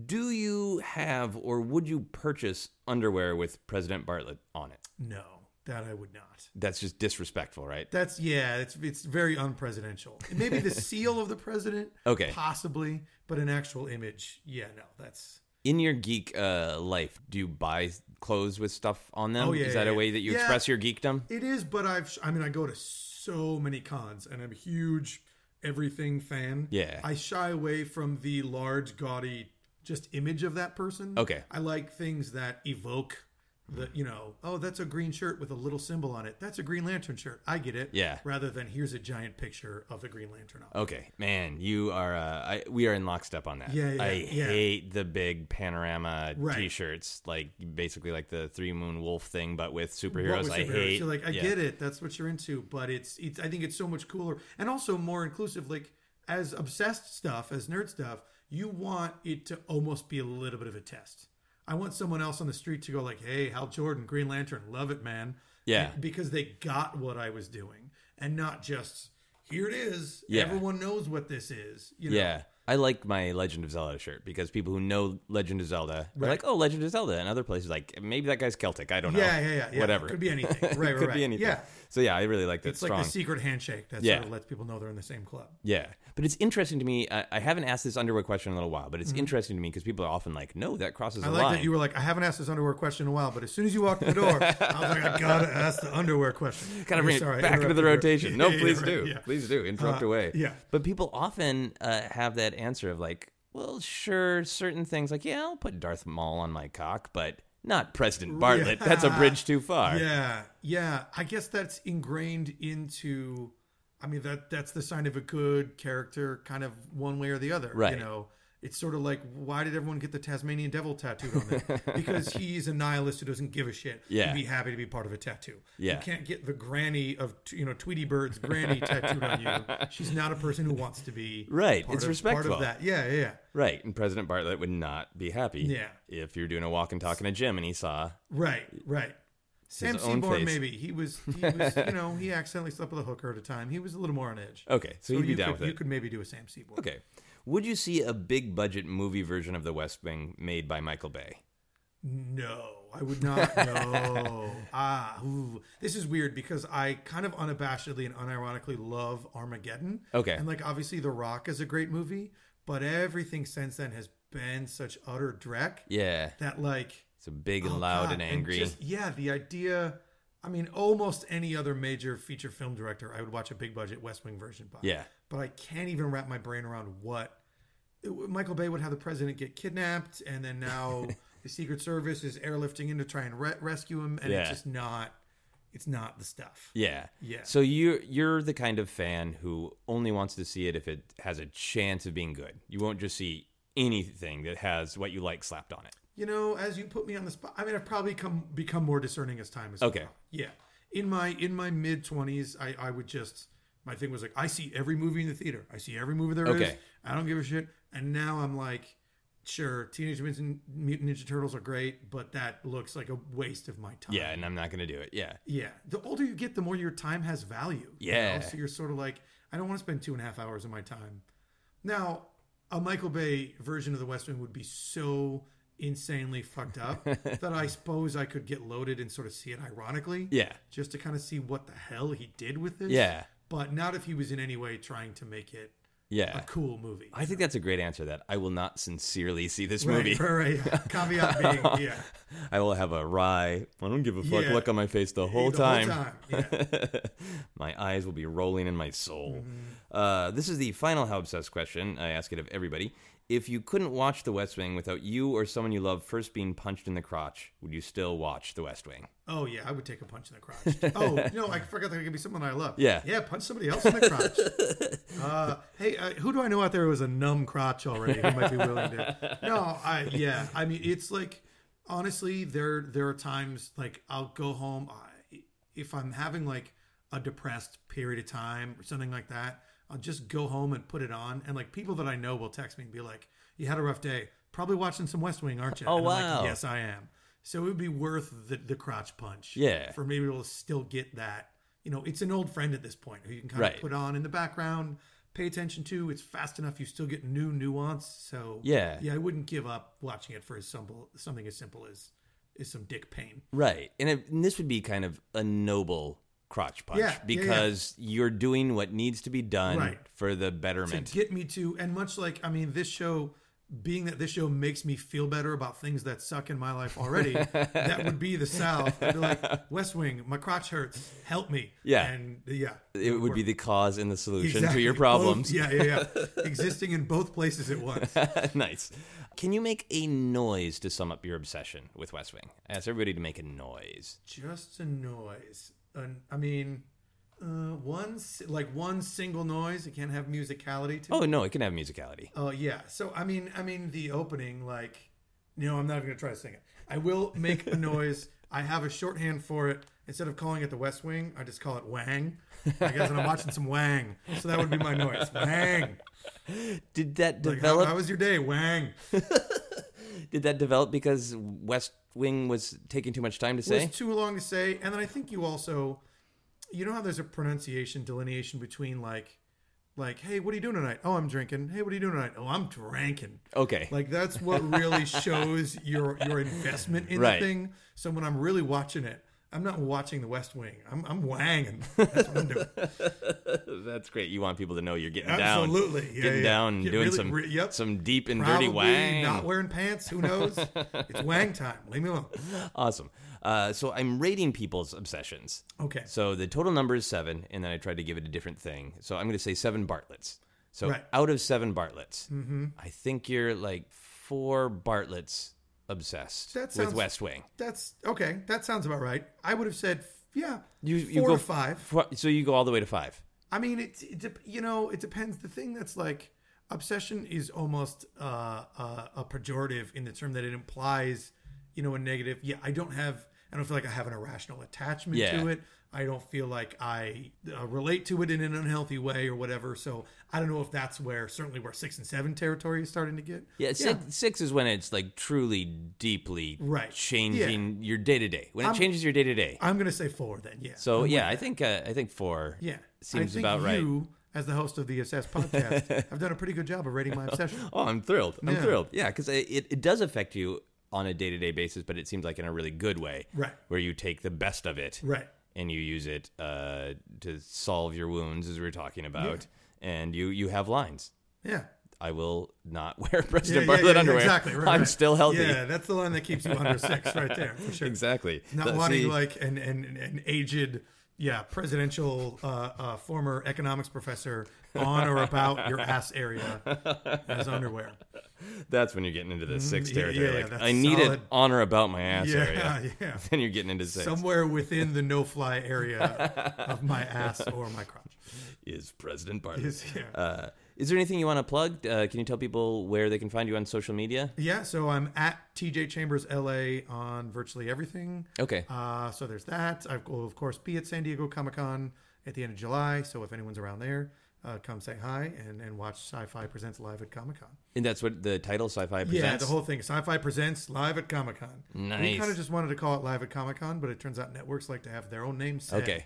S3: Do you have or would you purchase underwear with President Bartlett on it?
S1: No, that I would not.
S3: That's just disrespectful, right?
S1: That's yeah. It's it's very unpresidential. Maybe the seal of the president.
S3: Okay.
S1: Possibly, but an actual image. Yeah, no, that's.
S3: In your geek uh, life, do you buy clothes with stuff on them?
S1: Oh, yeah,
S3: Is that
S1: yeah,
S3: a way
S1: yeah.
S3: that you
S1: Yeah.
S3: express your geekdom?
S1: It is, but I've. I mean, I go to so many cons, and I'm a huge everything fan.
S3: Yeah.
S1: I shy away from the large, gaudy, just image of that person.
S3: Okay.
S1: I like things that evoke the, you know, oh, that's a green shirt with a little symbol on it. That's a Green Lantern shirt. I get it.
S3: Yeah.
S1: Rather than here's a giant picture of the Green Lantern. On. it.
S3: Okay, man, you are. Uh, I, we are in lockstep on that.
S1: Yeah, yeah,
S3: I
S1: yeah.
S3: hate the big panorama
S1: Right.
S3: T-shirts, like basically like the Three Moon Wolf thing, but with
S1: What
S3: superheroes.
S1: was
S3: I
S1: superheroes?
S3: hate.
S1: You're like, I
S3: yeah.
S1: get it. That's what you're into, but it's, it's. I think it's so much cooler and also more inclusive. Like as obsessed stuff, as nerd stuff, you want it to almost be a little bit of a test. I want someone else on the street to go like, "Hey, Hal Jordan, Green Lantern, love it, man."
S3: Yeah.
S1: And- because they got what I was doing and not just here it is.
S3: Yeah.
S1: everyone knows what this is. You know?
S3: Yeah, I like my Legend of Zelda shirt because people who know Legend of Zelda are like, "Oh, Legend of Zelda," and other places like maybe that guy's Celtic. I don't know.
S1: Yeah, yeah, yeah, yeah.
S3: Whatever.
S1: Could be anything. Right,
S3: It
S1: right,
S3: Could
S1: right.
S3: be anything.
S1: Yeah.
S3: So yeah, I really like that.
S1: It's
S3: strong.
S1: like the secret handshake that
S3: Yeah.
S1: sort of lets people know they're in the same club.
S3: Yeah, but it's interesting to me. I, I haven't asked this underwear question in a little while, but it's interesting to me because people are often like, "No, that crosses
S1: Mm-hmm. I
S3: the
S1: like
S3: line."
S1: that you were like, I haven't asked this underwear question in a while, but as soon as you walked in the door, I was like, I gotta ask the underwear question.
S3: Gotta
S1: I'm
S3: bring
S1: sorry, I
S3: it back into
S1: interrupted
S3: the
S1: your-
S3: rotation. No,
S1: Yeah, yeah,
S3: please
S1: right,
S3: do.
S1: yeah.
S3: Please do. Interrupt
S1: Uh,
S3: away.
S1: yeah.
S3: But people often uh, have that answer of like, well, sure, certain things like, yeah, I'll put Darth Maul on my cock, but not President Bartlett. That's a bridge too far.
S1: Yeah, yeah. I guess that's ingrained into. I mean that that's the sign of a good character, kind of one way or the other.
S3: Right.
S1: You know, it's sort of like why did everyone get the Tasmanian devil tattooed on them? because he's a nihilist who doesn't give a shit.
S3: Yeah.
S1: He'd be happy to be part of a tattoo.
S3: Yeah.
S1: You can't get the granny of you know Tweety Bird's granny tattooed on you. She's not a person who wants to be
S3: Right,
S1: Part
S3: it's
S1: of, Part
S3: respectful.
S1: of that. Yeah. Yeah. yeah.
S3: Right. And President Bartlett would not be happy
S1: Yeah.
S3: if you're doing a walk and talk in a gym and he saw
S1: Right. Right. Sam
S3: his own
S1: Seaborn,
S3: face.
S1: maybe he was, he was, you know, he accidentally slept with a hooker at a time. He was a little more on edge.
S3: Okay, so he'd be
S1: you
S3: down
S1: could,
S3: with it.
S1: You could maybe do a Sam Seaborn.
S3: Okay. Would you see a big budget movie version of The West Wing made by Michael Bay?
S1: No, I would not. No. ah, ooh. this is weird because I kind of unabashedly and unironically love Armageddon.
S3: Okay.
S1: And like, obviously, The Rock is a great movie, but everything since then has been such utter dreck
S3: Yeah.
S1: that like
S3: It's a big
S1: Oh,
S3: and loud
S1: God,
S3: and angry.
S1: just- yeah, the idea. I mean, almost any other major feature film director, I would watch a big budget West Wing version by.
S3: Yeah.
S1: But I can't even wrap my brain around what it- Michael Bay would have the president get kidnapped, and then now the Secret Service is airlifting in to try and re- rescue him, and
S3: Yeah.
S1: it's just not. It's not the stuff.
S3: yeah.
S1: Yeah.
S3: So you you're the kind of fan who only wants to see it if it has a chance of being good. You won't just see anything that has what you like slapped on it.
S1: You know, as you put me on the spot, I mean, I've probably come become more discerning as time has. gone
S3: Okay.
S1: on. Yeah. In my in my mid twenties, I I would just my thing was like I see every movie in the theater. I see every movie there is.
S3: Okay.
S1: I don't give a shit. And now I'm like, sure, Teenage Mutant Mutant Ninja Turtles are great, but that looks like a waste of my time.
S3: Yeah, and I'm not going to do it. Yeah.
S1: Yeah. The older you get, the more your time has value. you know?
S3: Yeah.
S1: So you're sort of like, I don't want to spend two and a half hours of my time. Now, a Michael Bay version of The West Wing would be so insanely fucked up that I suppose I could get loaded and sort of see it ironically.
S3: Yeah.
S1: Just to kind of see what the hell he did with this.
S3: Yeah.
S1: But not if he was in any way trying to make it
S3: Yeah.
S1: a cool movie.
S3: I think that's a great answer to that I will not sincerely see this
S1: Right,
S3: movie.
S1: Right, right. Caveat being, yeah.
S3: I will have a wry, I don't give a fuck
S1: Yeah.
S3: look on my face the whole
S1: The
S3: time.
S1: Whole time. Yeah.
S3: my eyes will be rolling in my soul.
S1: Mm-hmm.
S3: Uh, this is the final How Obsessed question. I ask it of everybody. If you couldn't watch The West Wing without you or someone you love first being punched in the crotch, would you still watch The West Wing?
S1: Oh yeah, I would take a punch in the crotch. oh no, I forgot that could be someone I love.
S3: Yeah.
S1: yeah, punch somebody else in the crotch. uh, hey, uh, who do I know out there who has a numb crotch already? Who might be willing to? No, I yeah. I mean, it's like honestly, there there are times like I'll go home I, if I'm having like a depressed period of time or something like that. I'll just go home and put it on, and like people that I know will text me and be like, "You had a rough day. Probably watching some West Wing, aren't you?" and
S3: Oh,
S1: I'm
S3: wow.
S1: like, yes, I am. So it would be worth the, the crotch punch.
S3: Yeah.
S1: For me to be able to still get that. You know, it's an old friend at this point who you can kind
S3: Right.
S1: of put on in the background, pay attention to. It's fast enough. You still get new nuance. So
S3: Yeah.
S1: yeah, I wouldn't give up watching it for as simple something as simple as is some dick pain.
S3: Right. And, it, and this would be kind of a noble crotch punch
S1: Yeah, yeah, yeah.
S3: because you're doing what needs to be done
S1: Right.
S3: for the
S1: to
S3: betterment.
S1: get me to and much like i mean this show being that this show makes me feel better about things that suck in my life already that would be the south I'd be like west wing my crotch hurts help me
S3: Yeah.
S1: and yeah
S3: it would be the cause and the solution to
S1: Exactly.
S3: your
S1: Both-
S3: problems.
S1: yeah yeah yeah existing in both places at once
S3: nice. Can you make a noise to sum up your obsession with West Wing? I ask everybody to make a noise.
S1: just a noise an, i mean uh, one s- like one single noise it can't have musicality to it.
S3: Oh, no, it can have musicality.
S1: Oh yeah. So I mean, I mean the opening, like, you know, I'm not even gonna try to sing it. I will make a noise. I have a shorthand for it. Instead of calling it the West Wing, I just call it Wang. I guess and I'm watching some Wang. So that would be my noise. Wang.
S3: Did that
S1: Like, how,
S3: develop?
S1: how was your day? Wang.
S3: Did that develop because West Wing was taking too much time to say?
S1: It's too long to say. And then I think you also, you know how there's a pronunciation delineation between like, like, hey, what are you doing tonight? Oh, I'm drinking. Hey, what are you doing tonight? Oh, I'm drinking.
S3: Okay.
S1: Like that's what really shows your your investment in
S3: Right.
S1: the thing. So when I'm really watching it, I'm not watching The West Wing. I'm I'm wanging. That's what I'm doing.
S3: That's great. You want people to know you're getting down.
S1: Absolutely. Yeah,
S3: Getting
S1: yeah.
S3: down and
S1: Get
S3: doing
S1: really
S3: some
S1: re- yep.
S3: some deep and
S1: Probably
S3: dirty wang.
S1: Not wearing pants. Who knows? it's wang time. Leave me alone.
S3: awesome. Uh, so I'm rating people's obsessions.
S1: Okay.
S3: So the total number is seven, and then I tried to give it a different thing. So I'm going to say seven Bartlets. So
S1: Right. Mm-hmm.
S3: out of seven Bartlets, I think you're like four Bartlets obsessed
S1: That
S3: with
S1: sounds-
S3: West Wing.
S1: That's okay. That sounds about right. I would have said, yeah,
S3: You,
S1: four
S3: you go
S1: or five.
S3: four- so you go all the way to five.
S1: I mean, it, it dep- you know it depends. The thing that's like obsession is almost uh, uh, a pejorative in the term that it implies, you know, a negative. Yeah, I don't have I don't feel like I have an irrational attachment
S3: Yeah.
S1: to it. I don't feel like I uh, relate to it in an unhealthy way or whatever. So I don't know if that's where certainly where six and seven territory is starting to get.
S3: Yeah, six, six is when it's like truly, deeply
S1: Right.
S3: changing your day to day. When it changes your day to day.
S1: I'm gonna say four then. Yeah.
S3: So yeah, I think uh, I think four.
S1: yeah,
S3: seems
S1: I think
S3: about right.
S1: you, As the host of the Obsessed podcast, I've done a pretty good job of rating my obsession.
S3: Oh, I'm thrilled. I'm
S1: Yeah.
S3: thrilled. Yeah, because it, it does affect you on a day to day basis, but it seems like in a really good way,
S1: Right.
S3: Where you take the best of it,
S1: Right.
S3: and you use it uh, to solve your wounds, as we were talking about, and you you have lines.
S1: Yeah.
S3: I will not wear President
S1: yeah,
S3: Bartlett
S1: yeah, yeah,
S3: underwear.
S1: Exactly. Right,
S3: I'm
S1: right.
S3: still healthy.
S1: Yeah, that's the line that keeps you under six right there, for sure.
S3: Exactly.
S1: Not
S3: That-
S1: wanting
S3: see-
S1: like an, an, an aged, yeah, presidential uh, uh, former economics professor on or about your ass area as underwear.
S3: That's when you're getting into the six
S1: Mm, yeah,
S3: territory.
S1: yeah,
S3: like,
S1: that's
S3: I need it
S1: solid.
S3: on or about my ass
S1: Yeah,
S3: area.
S1: yeah.
S3: Then you're getting into six.
S1: Somewhere within the no fly area of my ass or my crotch.
S3: is President Bartlett.
S1: Is- yeah.
S3: uh, is there anything you want to plug? Uh, can you tell people where they can find you on social media?
S1: Yeah, so I'm at TJ Chambers LA on virtually everything.
S3: Okay.
S1: Uh, so there's that. I will, of course, be at San Diego Comic Con at the end of July. So if anyone's around there, uh, come say hi and, and watch Sci Fi Presents Live at Comic Con.
S3: and that's what the title sci-fi presents.
S1: Yeah, the whole thing Sci Fi Presents Live at Comic Con. We
S3: Nice.
S1: kind of just wanted to call it Live at Comic Con, but it turns out networks like to have their own name set
S3: Okay.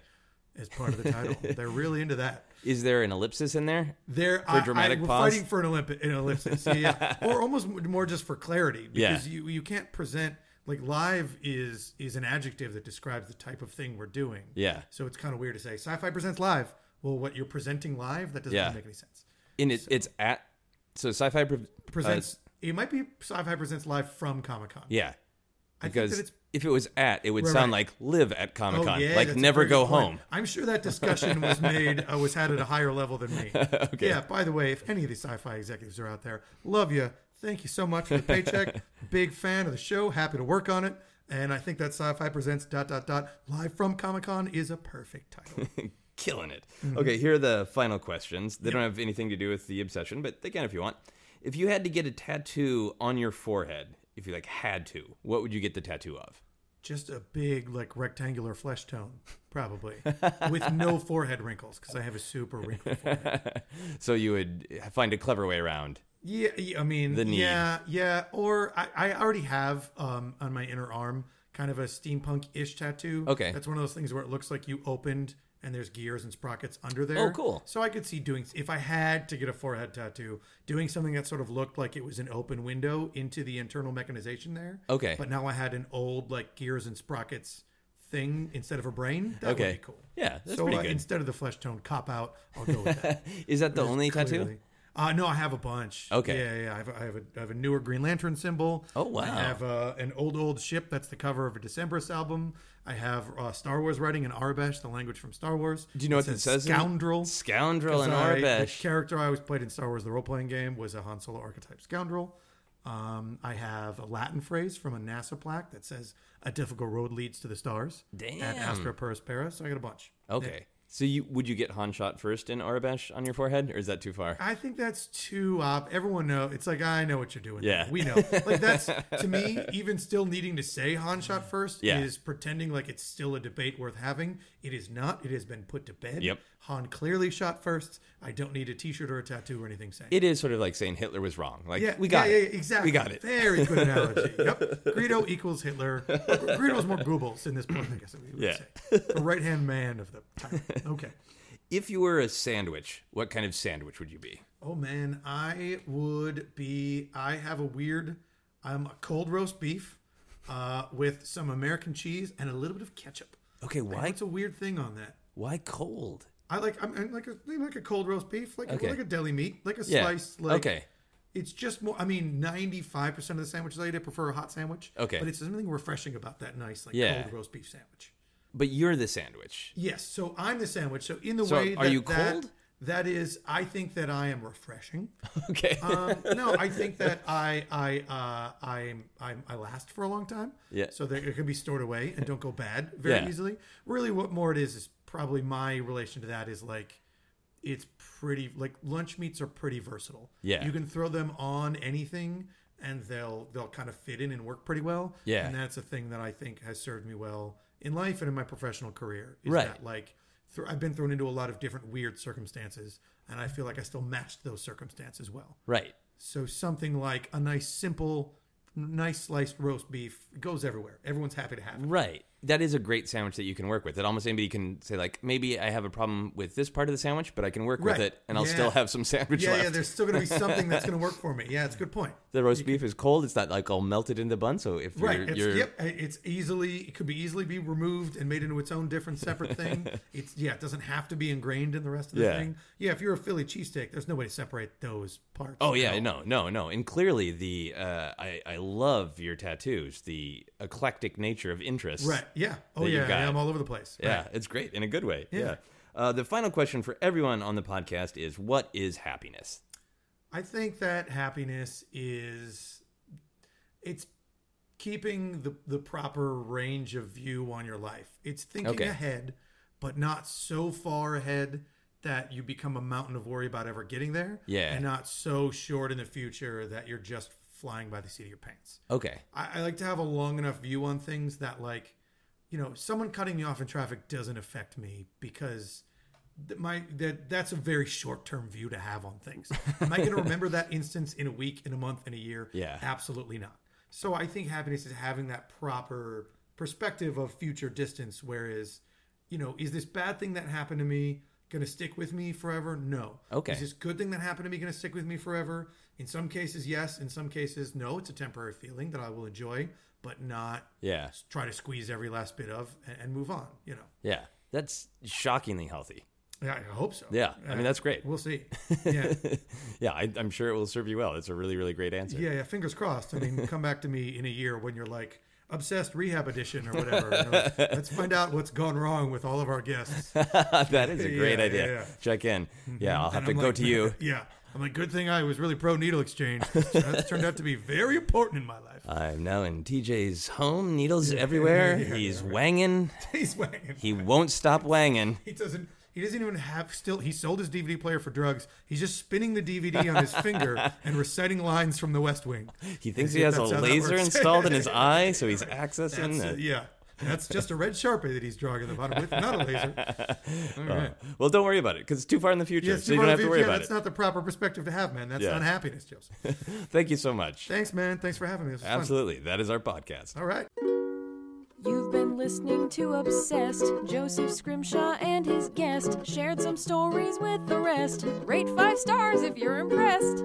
S1: as part of the title. They're really into that.
S3: Is there an ellipsis in there?
S1: There,
S3: For
S1: I,
S3: dramatic
S1: I, we're
S3: pause?
S1: fighting for an Olympic, an ellipsis, yeah, yeah. or almost more just for clarity, because you you can't present like live is is an adjective that describes the type of thing we're doing.
S3: Yeah.
S1: so it's kind of weird to say sci-fi presents live. Well, what you're presenting live that doesn't
S3: Yeah.
S1: make any sense.
S3: And it, it's at so sci-fi pre-
S1: Presents
S3: uh,
S1: it might be sci-fi presents live from Comic Con.
S3: yeah,
S1: I think
S3: because
S1: that it's-
S3: if it was at, it would
S1: Right,
S3: sound
S1: right.
S3: like live at Comic
S1: Oh,
S3: Con,
S1: yeah,
S3: like
S1: that's a
S3: never
S1: very
S3: go
S1: good point.
S3: home.
S1: I'm sure that discussion was made uh, was had at a higher level than me. okay. Yeah. By the way, if any of these sci-fi executives are out there, love you. Thank you so much for the paycheck. Big fan of the show. Happy to work on it. And I think that sci-fi presents dot dot dot live from Comic Con is a perfect title.
S3: killing it.
S1: Mm-hmm.
S3: Okay, here are the final questions. They don't have anything to do with the obsession, but they can if you want. If you had to get a tattoo on your forehead, if you like had to, what would you get the tattoo of?
S1: Just a big like rectangular flesh tone, probably with no forehead wrinkles because I have a super wrinkle.
S3: So you would find a clever way around.
S1: Yeah, y- I mean,
S3: The need.
S1: yeah, yeah. Or I, I already have um, on my inner arm kind of a steampunk-ish tattoo.
S3: Okay.
S1: that's one of those things where it looks like you opened and there's gears and sprockets under there.
S3: Oh, cool.
S1: So I could see doing if I had to get a forehead tattoo, doing something that sort of looked like it was an open window into the internal mechanization there.
S3: Okay.
S1: but now I had an old like gears and sprockets thing instead of a brain. That
S3: Okay.
S1: would be cool.
S3: Yeah, that's
S1: so
S3: pretty
S1: uh,
S3: good.
S1: instead of the flesh tone cop out, I'll go with that.
S3: Is that the only tattoo?
S1: Clearly. Uh, no, I have a bunch.
S3: Okay.
S1: Yeah, yeah. I have, I have, a, I have a newer Green Lantern symbol.
S3: Oh, wow.
S1: I have uh, an old, old ship that's the cover of a Decembrist album. I have uh, Star Wars writing in Arbesh, the language from Star Wars.
S3: Do you know what that says in it?
S1: Scoundrel.
S3: Scoundrel in
S1: 'Cause I- The
S3: Arbesh.
S1: character I always played in Star Wars, the role playing game, was a Han Solo archetype scoundrel. Um, I have a Latin phrase from a NASA plaque that says, A difficult road leads to the stars. At
S3: Damn.
S1: Astra Paris Paris. So I got a bunch.
S3: Okay. So you would you get Han shot first in Arbesh on your forehead, or is that too far?
S1: I think that's too op. Everyone know it's like I know what you're doing.
S3: Yeah.
S1: we know. Like that's to me, even still needing to say Han shot first
S3: Mm-hmm. Yeah.
S1: is pretending like it's still a debate worth having. It is not. It has been put to bed.
S3: Yep.
S1: Han clearly shot first. I don't need a T-shirt or a tattoo or anything saying.
S3: It is sort of like saying Hitler was wrong. Like
S1: yeah,
S3: we got
S1: yeah, yeah,
S3: it.
S1: exactly.
S3: We got it.
S1: Very good analogy. yep. Greedo equals Hitler. Greedo's more Goebbels in this point, I guess we would
S3: Yeah.
S1: say. The right hand man of the time. Okay.
S3: If you were a sandwich, what kind of sandwich would you be?
S1: Oh man, I would be. I have a weird. I'm a cold roast beef uh, with some American cheese and a little bit of ketchup.
S3: Okay,
S1: I know
S3: why
S1: It's a weird thing on that.
S3: why cold?
S1: I like. I'm, I'm like a like a cold roast beef, like
S3: Okay.
S1: a, like a deli meat, like a
S3: Yeah.
S1: slice. Like,
S3: okay.
S1: It's just more. I mean, ninety five percent of the sandwiches I eat, I prefer a hot sandwich.
S3: Okay.
S1: But it's something refreshing about that nice like
S3: Yeah.
S1: cold roast beef sandwich.
S3: But you're the sandwich.
S1: Yes. So I'm the sandwich. So in the
S3: So
S1: way
S3: are
S1: that
S3: you
S1: that-
S3: cold?
S1: that is, I think that I am refreshing.
S3: Okay.
S1: um, no, I think that I I uh, I'm, I'm I last for a long time.
S3: Yeah.
S1: So that it can be stored away and don't go bad very
S3: Yeah.
S1: easily. Really, what more it is is probably my relation to that is like it's pretty like lunch meats are pretty versatile.
S3: Yeah.
S1: You can throw them on anything. and they'll they'll kind of fit in and work pretty well.
S3: Yeah.
S1: and that's a thing that I think has served me well in life and in my professional career. Is
S3: Right.
S1: that like through, I've been thrown into a lot of different weird circumstances, and I feel like I still matched those circumstances well.
S3: Right.
S1: So something like a nice simple. Nice sliced roast beef goes everywhere. Everyone's happy to have it.
S3: Right. That is a great sandwich that you can work with. That almost anybody can say, like, maybe I have a problem with this part of the sandwich, but I can work
S1: Right.
S3: with it and I'll
S1: Yeah.
S3: still have some sandwich
S1: Yeah,
S3: left.
S1: yeah. There's still going to be something that's going to work for me. Yeah, it's a good point.
S3: the roast beef is cold. It's not like all melted in the bun. So if
S1: Right.
S3: you're,
S1: it's,
S3: you're
S1: yep. It's easily it could be easily be removed and made into its own different separate thing. It's yeah. It doesn't have to be ingrained in the rest of the
S3: Yeah.
S1: thing. Yeah. If you're a Philly cheesesteak, there's no way to separate those parts.
S3: Oh
S1: at
S3: yeah,
S1: all.
S3: no, no, no, and clearly the uh, I I love your tattoos, the eclectic nature of interests.
S1: Right. Yeah. Oh
S3: That you've
S1: yeah.
S3: got.
S1: yeah, I'm all over the place.
S3: Yeah,
S1: Right.
S3: it's great in a good way. Yeah.
S1: Yeah.
S3: Uh, the final question for everyone on the podcast is: What is happiness?
S1: I think that happiness is it's keeping the the proper range of view on your life. It's thinking
S3: Okay.
S1: ahead, but not so far ahead that you become a mountain of worry about ever getting there.
S3: Yeah.
S1: And not so short in the future that you're just flying by the seat of your pants.
S3: Okay.
S1: I, I like to have a long enough view on things that like, you know, someone cutting me off in traffic doesn't affect me because th- my that that's a very short term view to have on things. Am I going to remember that instance in a week, in a month, in a year?
S3: Yeah.
S1: absolutely not. So I think happiness is having that proper perspective of future distance. Whereas, you know, is this bad thing that happened to me going to stick with me forever? No.
S3: Okay.
S1: Is this good thing that happened to me going to stick with me forever? In some cases, yes. In some cases, no. It's a temporary feeling that I will enjoy, but not
S3: Yeah.
S1: try to squeeze every last bit of and, and move on. You know.
S3: Yeah. That's shockingly healthy.
S1: Yeah, I hope so. Uh,
S3: Yeah. I mean, that's great.
S1: We'll see. Yeah.
S3: Yeah, I, I'm sure it will serve you well. It's a really, really great answer.
S1: yeah, yeah. Fingers crossed. I mean, come back to me in a year when you're like obsessed rehab edition or whatever. You know, let's find out what's gone wrong with all of our guests.
S3: that is a great
S1: Yeah,
S3: idea.
S1: yeah, yeah.
S3: Check in. Yeah, I'll have
S1: And
S3: to
S1: I'm
S3: go
S1: like-
S3: to you.
S1: Yeah. I'm like, good thing I was really pro needle exchange. That's turned out to be very important in my life.
S3: I'm now in TJ's home. Needles everywhere.
S1: yeah, yeah,
S3: He's wanging.
S1: He's wagging.
S3: He won't stop wanging.
S1: He doesn't. He doesn't even have. Still, he sold his DVD player for drugs. He's just spinning the DVD on his finger and reciting lines from The West Wing.
S3: He thinks
S1: Is
S3: he
S1: it-
S3: has a
S1: that's how that
S3: laser
S1: works?
S3: installed in his eye, so he's accessing.
S1: That's, uh,
S3: the-
S1: yeah, that's just a red sharpie that he's drawing on the bottom with, not a laser. All right.
S3: Well, don't worry about it because it's too far in the future,
S1: Yes,
S3: Uh, so you don't have to worry
S1: yeah,
S3: about
S1: that's
S3: it.
S1: not the proper perspective to have, man. That's
S3: Yeah.
S1: not happiness, Joseph.
S3: Thank you so much.
S1: Thanks, man. Thanks for having me. This was fun.
S3: Absolutely, that is our podcast.
S1: All right.
S2: You've been listening to Obsessed. Joseph Scrimshaw and his guest shared some stories with the rest. Rate five stars if you're impressed.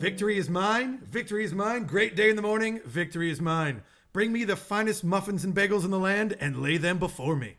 S1: Victory is mine. Victory is mine. Great day in the morning. Victory is mine. Bring me the finest muffins and bagels in the land and lay them before me.